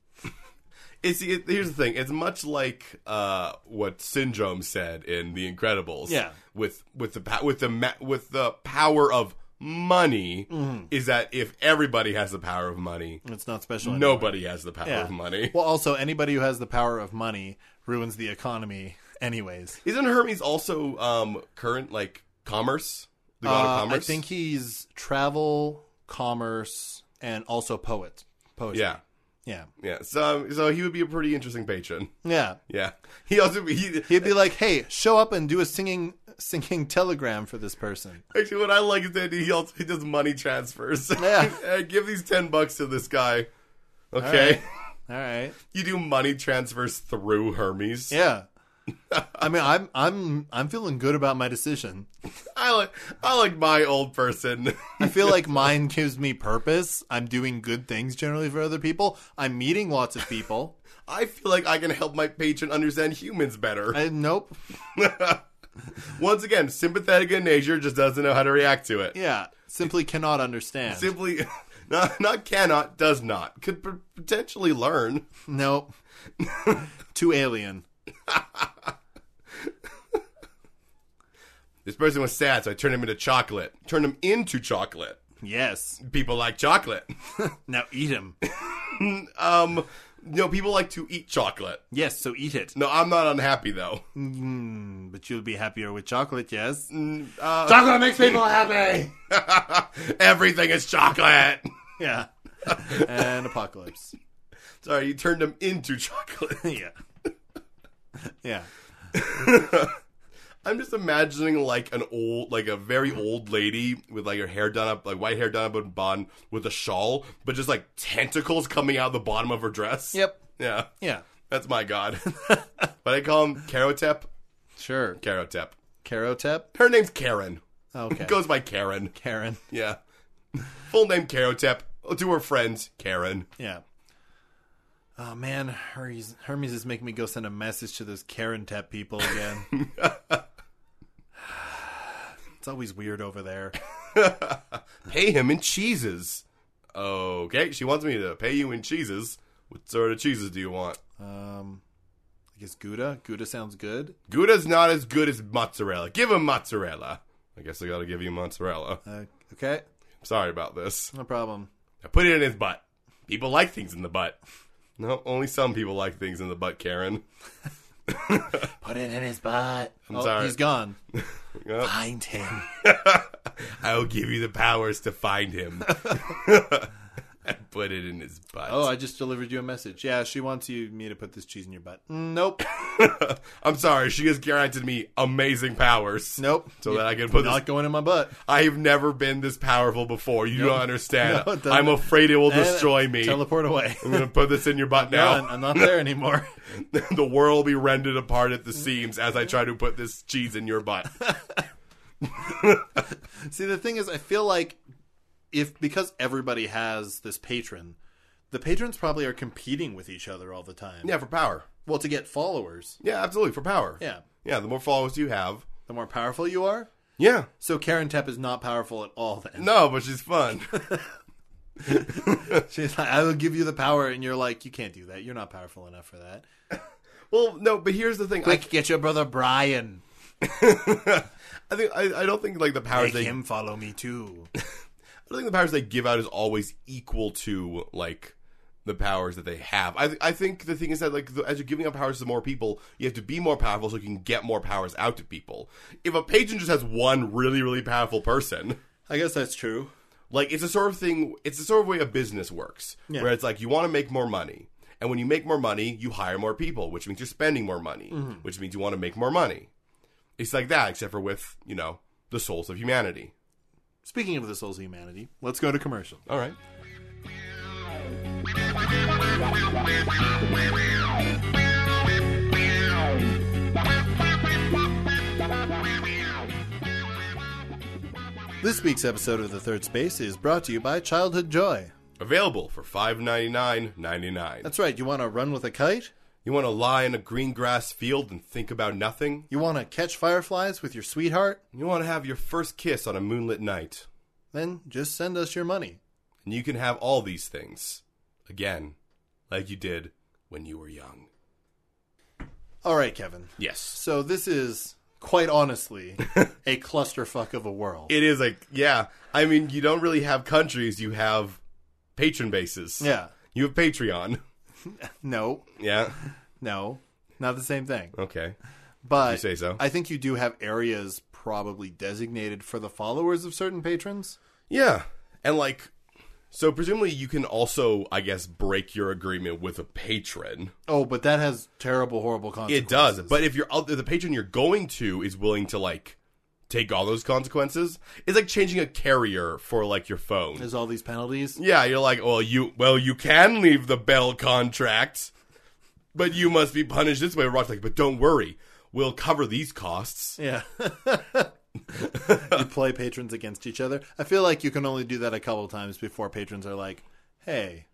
Speaker 1: It's it, here's the thing. It's much like uh, what Syndrome said in The Incredibles.
Speaker 2: Yeah.
Speaker 1: With with the pa- with the ma- with the power of money
Speaker 2: Mm-hmm.
Speaker 1: is that if everybody has the power of money,
Speaker 2: it's not special. anymore.
Speaker 1: nobody has the power
Speaker 2: Yeah.
Speaker 1: of money.
Speaker 2: Well, also anybody who has the power of money ruins the economy, anyways.
Speaker 1: Isn't Hermes also um, current like commerce? The god
Speaker 2: Uh,
Speaker 1: of
Speaker 2: I
Speaker 1: commerce.
Speaker 2: think he's travel, commerce, and also poet. Poetry.
Speaker 1: yeah.
Speaker 2: yeah,
Speaker 1: Yeah. So so he would be a pretty interesting patron. *laughs*
Speaker 2: yeah.
Speaker 1: Yeah. He also he
Speaker 2: He'd be like, "Hey, show up and do a singing singing telegram for this person."
Speaker 1: Actually, what I like is that he also he does money transfers. *laughs*
Speaker 2: Yeah.
Speaker 1: Uh, give these ten bucks to this guy. Okay,
Speaker 2: right. All right.
Speaker 1: *laughs* you do money transfers through Hermes.
Speaker 2: Yeah. I mean, I'm I'm I'm feeling good about my decision.
Speaker 1: I like I like my old person. *laughs*
Speaker 2: I feel like mine gives me purpose. I'm doing good things generally for other people. I'm meeting lots of people.
Speaker 1: I feel like I can help my patron understand humans better.
Speaker 2: I, nope.
Speaker 1: Once again, sympathetic in nature just doesn't know how to react to it.
Speaker 2: Yeah. Simply cannot understand.
Speaker 1: Simply, *laughs* not, not cannot, does not. Could p- potentially learn.
Speaker 2: Nope. Too alien.
Speaker 1: This person was sad, so I turned him into chocolate. Turned him into chocolate.
Speaker 2: Yes.
Speaker 1: People like chocolate.
Speaker 2: Now eat him.
Speaker 1: Um, no, people like to eat chocolate.
Speaker 2: Yes, so eat it.
Speaker 1: No, I'm not unhappy though.
Speaker 2: Mm, but you'll be happier with chocolate, yes?
Speaker 1: Chocolate makes people happy. *laughs* Everything is chocolate.
Speaker 2: Yeah. *laughs* and apocalypse.
Speaker 1: Sorry, you turned them into chocolate. *laughs*
Speaker 2: Yeah. Yeah.
Speaker 1: I'm just imagining like an old, like a very old lady with like her hair done up, like white hair done up in a bun with a shawl, but just like tentacles coming out the bottom of her dress.
Speaker 2: Yep.
Speaker 1: Yeah,
Speaker 2: Yeah.
Speaker 1: that's my god. *laughs* but I call him Karotep.
Speaker 2: Sure.
Speaker 1: Karotep.
Speaker 2: Carotep?
Speaker 1: Her name's Karen.
Speaker 2: Okay.
Speaker 1: Goes by Karen.
Speaker 2: Karen.
Speaker 1: Yeah. *laughs* Full name Karotep. To her friends, Karen.
Speaker 2: Yeah. Oh man, Hermes, Hermes is making me go send a message to those Karen Tep people *laughs* again. it's always weird over there.
Speaker 1: pay him in cheeses. Okay, she wants me to pay you in cheeses. What sort of cheeses do you want?
Speaker 2: Um, I guess Gouda. Gouda sounds good.
Speaker 1: Gouda's not as good as mozzarella. Give him mozzarella. I guess I gotta give you mozzarella.
Speaker 2: Uh, okay,
Speaker 1: Sorry about this.
Speaker 2: no problem.
Speaker 1: I put it in his butt. People like things in the butt. No, only some people like things in the butt, Karen.
Speaker 2: Put it in his butt. I'm
Speaker 1: sorry.
Speaker 2: Oh, He's gone.
Speaker 1: *laughs* Yep.
Speaker 2: Find him.
Speaker 1: I'll give you the powers to find him. *laughs* and put it in his butt.
Speaker 2: Oh, I just delivered you a message. Yeah, she wants you me to put this cheese in your butt. Mm, Nope.
Speaker 1: I'm sorry, she has granted me amazing powers.
Speaker 2: Nope.
Speaker 1: So that I can put this
Speaker 2: Not going in my butt.
Speaker 1: I've never been this powerful before. You don't understand.
Speaker 2: No, it doesn't.
Speaker 1: I'm afraid it will destroy
Speaker 2: And
Speaker 1: me.
Speaker 2: Teleport *laughs* away.
Speaker 1: I'm going to put this in your butt
Speaker 2: Done.
Speaker 1: now.
Speaker 2: I'm not there anymore.
Speaker 1: *laughs* the world will be rended apart at the seams as I try to put this cheese in your
Speaker 2: *laughs*
Speaker 1: butt.
Speaker 2: *laughs* See, the thing is, I feel like if because everybody has this patron, the patrons probably are competing with each other all the time.
Speaker 1: yeah, for power.
Speaker 2: Well, to get followers.
Speaker 1: Yeah, absolutely, for power.
Speaker 2: Yeah.
Speaker 1: Yeah, the more followers you have.
Speaker 2: The more powerful you are.
Speaker 1: Yeah.
Speaker 2: So Karen Tep is not powerful at all then.
Speaker 1: No, but she's fun.
Speaker 2: *laughs* She's like, I will give you the power. And you're like, you can't do that. You're not powerful enough for that.
Speaker 1: Well, no, but here's the thing.
Speaker 2: Quick, get your brother Brian.
Speaker 1: I, I think I, I don't think like the powers
Speaker 2: Make
Speaker 1: they
Speaker 2: him follow me *laughs* too.
Speaker 1: I don't think the powers they give out is always equal to like the powers that they have. I I think the thing is that like the, as you're giving out powers to more people, you have to be more powerful so you can get more powers out to people. If a patron just has one really really powerful person,
Speaker 2: I guess that's true.
Speaker 1: like it's a sort of thing. It's the sort of way a business works, where it's like you want to make more money, and when you make more money, you hire more people, which means you're spending more money, which means you want to make more money. It's like that, except for with you know the souls of humanity.
Speaker 2: Speaking of the souls of humanity, let's go to commercial.
Speaker 1: All right.
Speaker 2: This week's episode of The Third Space is brought to you by Childhood Joy.
Speaker 1: Available for five ninety nine ninety nine.
Speaker 2: That's right, you want to run with a kite?
Speaker 1: You want to lie in a green grass field and think about nothing?
Speaker 2: You want to catch fireflies with your sweetheart?
Speaker 1: You want to have your first kiss on a moonlit night?
Speaker 2: Then just send us your money.
Speaker 1: And you can have all these things. Again, like you did when you were young.
Speaker 2: All right, Kevin.
Speaker 1: Yes.
Speaker 2: So this is quite
Speaker 1: *laughs*
Speaker 2: honestly a clusterfuck of a world.
Speaker 1: It is like, yeah. I mean, you don't really have countries, you have patron bases.
Speaker 2: yeah.
Speaker 1: You have Patreon. *laughs*
Speaker 2: No.
Speaker 1: Yeah.
Speaker 2: No. Not the same thing.
Speaker 1: Okay.
Speaker 2: But
Speaker 1: You say so.
Speaker 2: I think you do have areas probably designated for the followers of certain patrons.
Speaker 1: Yeah. And like, so presumably you can also, I guess, break your agreement with a patron.
Speaker 2: Oh, but that has terrible, horrible consequences.
Speaker 1: It does, but if you're out there, the patron you're going to is willing to like take all those consequences, it's like changing a carrier for like your phone.
Speaker 2: there's all these penalties.
Speaker 1: Yeah, you're like, well, you well you can leave the Bell contract, but you must be punished this way. Rock's like, but don't worry, we'll cover these costs.
Speaker 2: Yeah. you play patrons against each other. I feel like you can only do that a couple times before patrons are like, "Hey,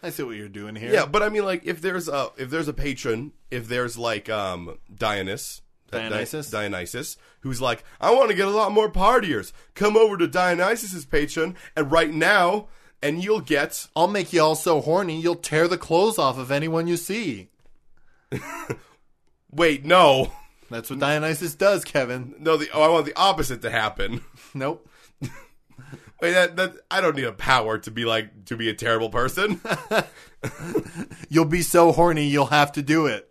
Speaker 2: I see what you're doing here."
Speaker 1: Yeah, but I mean, like, if there's a if there's a patron, if there's like um Dionys.
Speaker 2: Dionysus?
Speaker 1: Di- Dionysus, who's like, I want to get a lot more partiers. Come over to Dionysus's patron, and right now, and you'll get
Speaker 2: I'll make y'all so horny you'll tear the clothes off of anyone you see.
Speaker 1: Wait, no, *laughs*
Speaker 2: That's what Dionysus does, Kevin.
Speaker 1: no. The oh, I want the opposite to happen. *laughs*
Speaker 2: Nope.
Speaker 1: Wait, that that I don't need a power to be like to be a terrible person. *laughs*
Speaker 2: You'll be so horny you'll have to do it.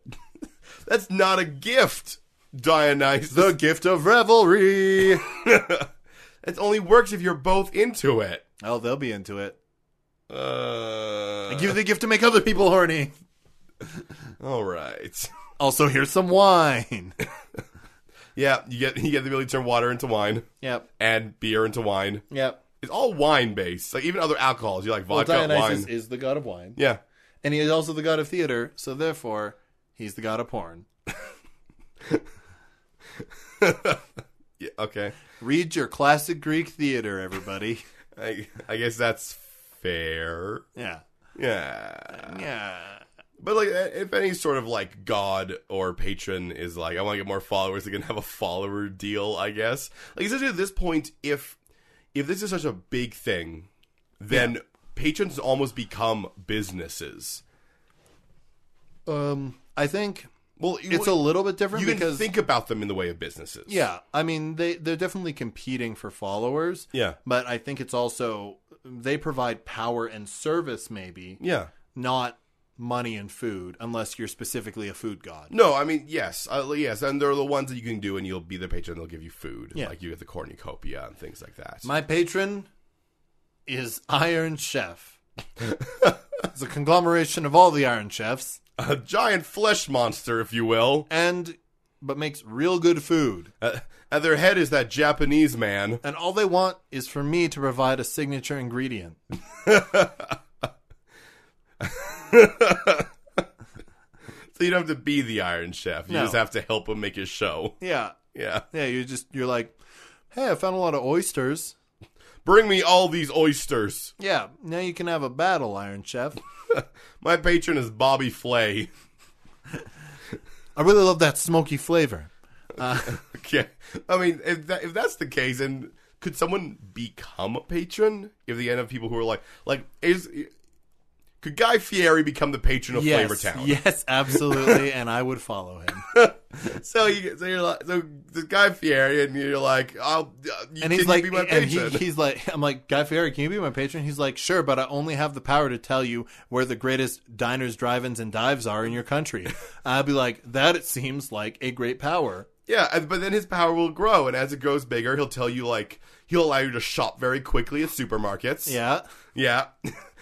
Speaker 1: That's not a gift, Dionysus. *laughs*
Speaker 2: The gift of revelry.
Speaker 1: it only works if you're both into it.
Speaker 2: oh, they'll be into it.
Speaker 1: Uh,
Speaker 2: Give the gift to make other people horny.
Speaker 1: all right.
Speaker 2: Also, here's some wine.
Speaker 1: Yeah, you get *laughs* you get the ability to turn water into wine
Speaker 2: yep.
Speaker 1: and beer into wine.
Speaker 2: Yep.
Speaker 1: It's all wine based. Like even other alcohols, you like
Speaker 2: Well,
Speaker 1: vodka,
Speaker 2: Dionysus
Speaker 1: wine.
Speaker 2: is the god of wine.
Speaker 1: yeah.
Speaker 2: And he is also the god of theater, so therefore, he's the god of porn.
Speaker 1: yeah. Okay.
Speaker 2: Read your classic Greek theater,
Speaker 1: *laughs*
Speaker 2: everybody.
Speaker 1: I I guess that's fair.
Speaker 2: yeah.
Speaker 1: Yeah.
Speaker 2: Yeah.
Speaker 1: But like, if any sort of like god or patron is like, I want to get more followers, they can have a follower deal, I guess. Like, essentially at this point, if if this is such a big thing, then patrons almost become businesses.
Speaker 2: Um, I think
Speaker 1: Well,
Speaker 2: it's a little bit different
Speaker 1: you can
Speaker 2: because
Speaker 1: think about them in the way of businesses.
Speaker 2: yeah, I mean they they're definitely competing for followers.
Speaker 1: yeah,
Speaker 2: But I think it's also they provide power and service maybe,
Speaker 1: yeah.
Speaker 2: not money and food unless you're specifically a food god.
Speaker 1: No, I mean yes, uh, yes, and they're the ones that you can do, and you'll be their patron. They'll give you food,
Speaker 2: Yeah.
Speaker 1: like you get the cornucopia and things like that.
Speaker 2: My patron is
Speaker 1: *laughs*
Speaker 2: Iron Chef. it's a conglomeration of all the Iron Chefs
Speaker 1: a giant flesh monster, if you will.
Speaker 2: and but makes real good food.
Speaker 1: Uh, at their head is that Japanese man.
Speaker 2: And all they want is for me to provide a signature ingredient.
Speaker 1: So you don't have to be the Iron Chef. You
Speaker 2: No.
Speaker 1: just have to help him make his show.
Speaker 2: Yeah.
Speaker 1: Yeah.
Speaker 2: Yeah, you just you're like, "Hey, I found a lot of oysters."
Speaker 1: Bring me all these oysters.
Speaker 2: Yeah, now you can have a battle, Iron Chef.
Speaker 1: My patron is Bobby Flay.
Speaker 2: I really love that smoky flavor.
Speaker 1: *laughs* Okay. I mean, if that, if that's the case, then could someone become a patron? If the end of people who are like, like, is Could Guy Fieri become the patron of
Speaker 2: yes,
Speaker 1: Flavor Town?
Speaker 2: yes, absolutely, *laughs* and I would follow him.
Speaker 1: So you so you're like so the Guy Fieri and you're like I'll uh, you,
Speaker 2: And
Speaker 1: can
Speaker 2: he's
Speaker 1: you
Speaker 2: like,
Speaker 1: be my
Speaker 2: and he,
Speaker 1: patron?
Speaker 2: he's like, I'm like, Guy Fieri, can you be my patron? He's like, sure, but I only have the power to tell you where the greatest diners, drive-ins, and dives are in your *laughs* country. I'd be like, that it seems like a great power.
Speaker 1: *laughs* Yeah, and- but then his power will grow, and as it grows bigger, he'll tell you like he'll allow you to shop very quickly at supermarkets.
Speaker 2: Yeah,
Speaker 1: yeah.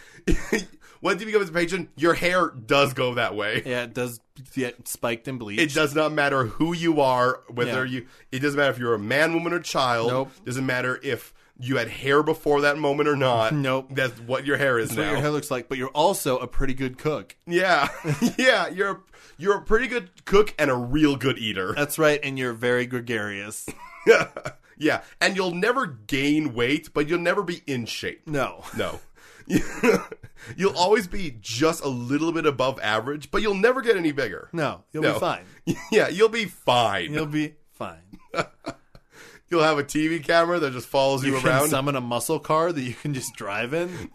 Speaker 1: *laughs* Once you become his patron, your hair does go that way.
Speaker 2: yeah, it does get spiked and bleached.
Speaker 1: It does not matter who you are, whether
Speaker 2: Yeah.
Speaker 1: you. It doesn't matter if you're a man, woman, or child.
Speaker 2: Nope.
Speaker 1: Doesn't matter if you had hair before that moment or not.
Speaker 2: *laughs* Nope.
Speaker 1: That's what your hair is
Speaker 2: That's what
Speaker 1: now.
Speaker 2: your hair looks like, but you're also a pretty good cook.
Speaker 1: yeah, *laughs* yeah. You're you're a pretty good cook and a real good eater.
Speaker 2: That's right, and you're very gregarious.
Speaker 1: yeah, and you'll never gain weight, but you'll never be in shape.
Speaker 2: No.
Speaker 1: *laughs* No. *laughs* you'll always be just a little bit above average, but you'll never get any bigger.
Speaker 2: No, you'll
Speaker 1: No.
Speaker 2: be fine.
Speaker 1: *laughs* yeah, you'll be fine.
Speaker 2: You'll be fine.
Speaker 1: You'll have a TV camera that just follows *laughs* you,
Speaker 2: You can
Speaker 1: around.
Speaker 2: summon a muscle car that you can just
Speaker 1: *laughs*
Speaker 2: drive in.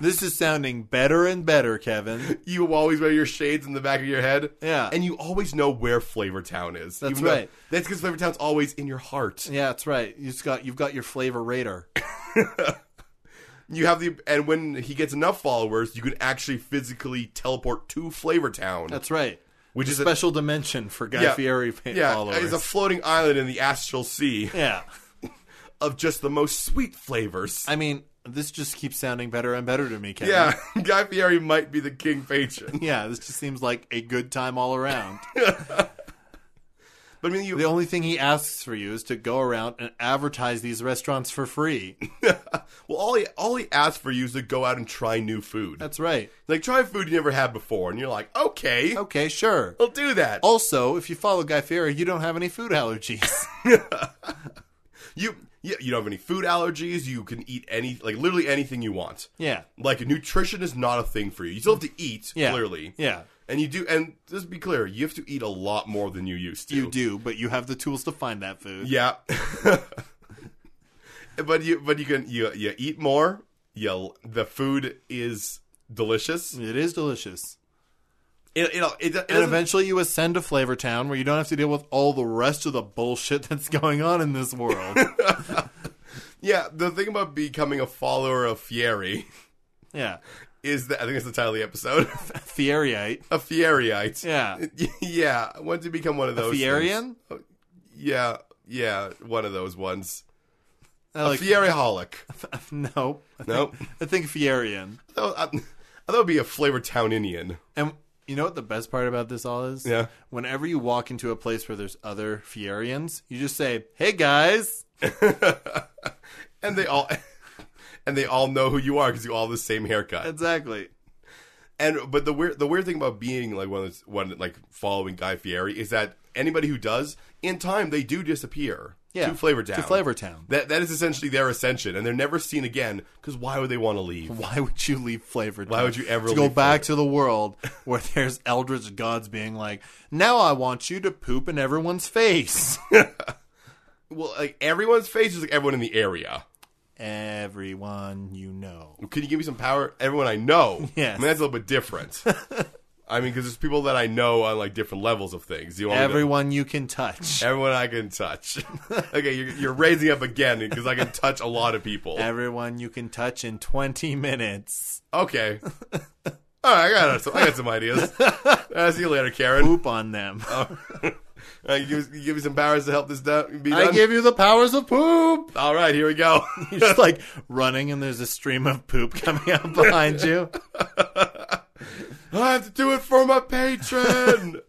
Speaker 2: this is sounding better and better, Kevin.
Speaker 1: you always wear your shades in the back of your head.
Speaker 2: Yeah.
Speaker 1: And you always know where Flavortown is.
Speaker 2: That's
Speaker 1: though-
Speaker 2: right.
Speaker 1: That's because Flavortown's always in your heart.
Speaker 2: Yeah, that's right. You just got you've got your flavor radar.
Speaker 1: You have the and when he gets enough followers, you can actually physically teleport to Flavortown.
Speaker 2: That's
Speaker 1: *laughs*
Speaker 2: right.
Speaker 1: which
Speaker 2: A
Speaker 1: is a
Speaker 2: special dimension for Guy
Speaker 1: Yeah.
Speaker 2: Fieri fa-
Speaker 1: yeah,
Speaker 2: followers.
Speaker 1: it's a floating island in the astral sea
Speaker 2: yeah.
Speaker 1: of just the most sweet flavors.
Speaker 2: I mean, this just keeps sounding better and better to me,
Speaker 1: *laughs*
Speaker 2: Kevin.
Speaker 1: yeah, Guy Fieri might be the king patron,
Speaker 2: Yeah, this just seems like a good time all around.
Speaker 1: but I mean, you,
Speaker 2: *laughs* the only thing he asks for you is to go around and advertise these restaurants
Speaker 1: *laughs*
Speaker 2: for free.
Speaker 1: well, all he all he asks for you is to go out and try new food,
Speaker 2: That's right.
Speaker 1: like try food you never had before, and you're like, okay,
Speaker 2: Okay, sure.
Speaker 1: I'll do that.
Speaker 2: Also, if you follow Guy Fieri, you don't have any
Speaker 1: *laughs*
Speaker 2: food allergies.
Speaker 1: You you, you don't have any food allergies. You can eat any like literally anything you want.
Speaker 2: yeah.
Speaker 1: Like nutrition is not a thing for you. You still have to eat
Speaker 2: Yeah.
Speaker 1: clearly,
Speaker 2: Yeah.
Speaker 1: and you do. And just be clear, you have to eat a lot more than you used to.
Speaker 2: You do, but you have the tools to find that food.
Speaker 1: Yeah. *laughs* but you but you can you you eat more. You the food is delicious.
Speaker 2: It is delicious.
Speaker 1: It it, it, it
Speaker 2: And
Speaker 1: doesn't-
Speaker 2: eventually you ascend to Flavor Town where you don't have to deal with all the rest of the bullshit *laughs* that's going on in this
Speaker 1: *laughs*
Speaker 2: world.
Speaker 1: yeah, the thing about becoming a follower of Fieri
Speaker 2: yeah.
Speaker 1: is that I think it's the title of the episode. *laughs*
Speaker 2: Fierite.
Speaker 1: a Fieriite.
Speaker 2: Yeah.
Speaker 1: *laughs* yeah, once you become one of those things.
Speaker 2: Fierian?
Speaker 1: Yeah, yeah, one of those ones.
Speaker 2: I *laughs* like,
Speaker 1: Fieriholic.
Speaker 2: no.
Speaker 1: Nope.
Speaker 2: *laughs* I think Fierian.
Speaker 1: I thought I thought uh, it'd be a Flavortown Indian.
Speaker 2: And you know what the best part about this all is?
Speaker 1: Yeah.
Speaker 2: Whenever you walk into a place where there's other Fierians, you just say, hey guys.
Speaker 1: And they all *laughs* and they all know who you are because you all have the same haircut.
Speaker 2: Exactly.
Speaker 1: And but the weird the weird thing about being like one of those, one like following Guy Fieri is that anybody who does in time they do disappear
Speaker 2: Yeah.
Speaker 1: to Flavortown.
Speaker 2: To Flavor Town.
Speaker 1: That that is essentially their ascension, and they're never seen again. Because why would they want to leave?
Speaker 2: Why would you leave Flavor Town?
Speaker 1: Why would you ever
Speaker 2: to go
Speaker 1: leave
Speaker 2: back to the world where there's eldritch gods being like, now I want you to poop in everyone's face. *laughs*
Speaker 1: Well, like everyone's face is like everyone in the area.
Speaker 2: Everyone you know.
Speaker 1: Can you give me some power? Everyone I
Speaker 2: *laughs*
Speaker 1: know.
Speaker 2: Yes.
Speaker 1: I mean that's a little bit different. I mean, because there's people that I know on like different levels of things. You want me to-
Speaker 2: Everyone you can touch.
Speaker 1: everyone I can
Speaker 2: *laughs*
Speaker 1: touch. okay, you're, you're raising up again because I can touch a lot of people.
Speaker 2: Everyone you can touch in 20 minutes.
Speaker 1: Okay. All right, I got some, I got some ideas.
Speaker 2: *laughs*
Speaker 1: I'll see you later, Karen.
Speaker 2: Poop on them.
Speaker 1: Uh, you, give, you give me some powers to help this do- be done.
Speaker 2: I give you the powers of poop.
Speaker 1: All right, here we
Speaker 2: *laughs*
Speaker 1: go.
Speaker 2: You're just like running and there's a stream of poop coming out
Speaker 1: *laughs*
Speaker 2: behind you.
Speaker 1: I have to do it for my
Speaker 2: *laughs*
Speaker 1: patron.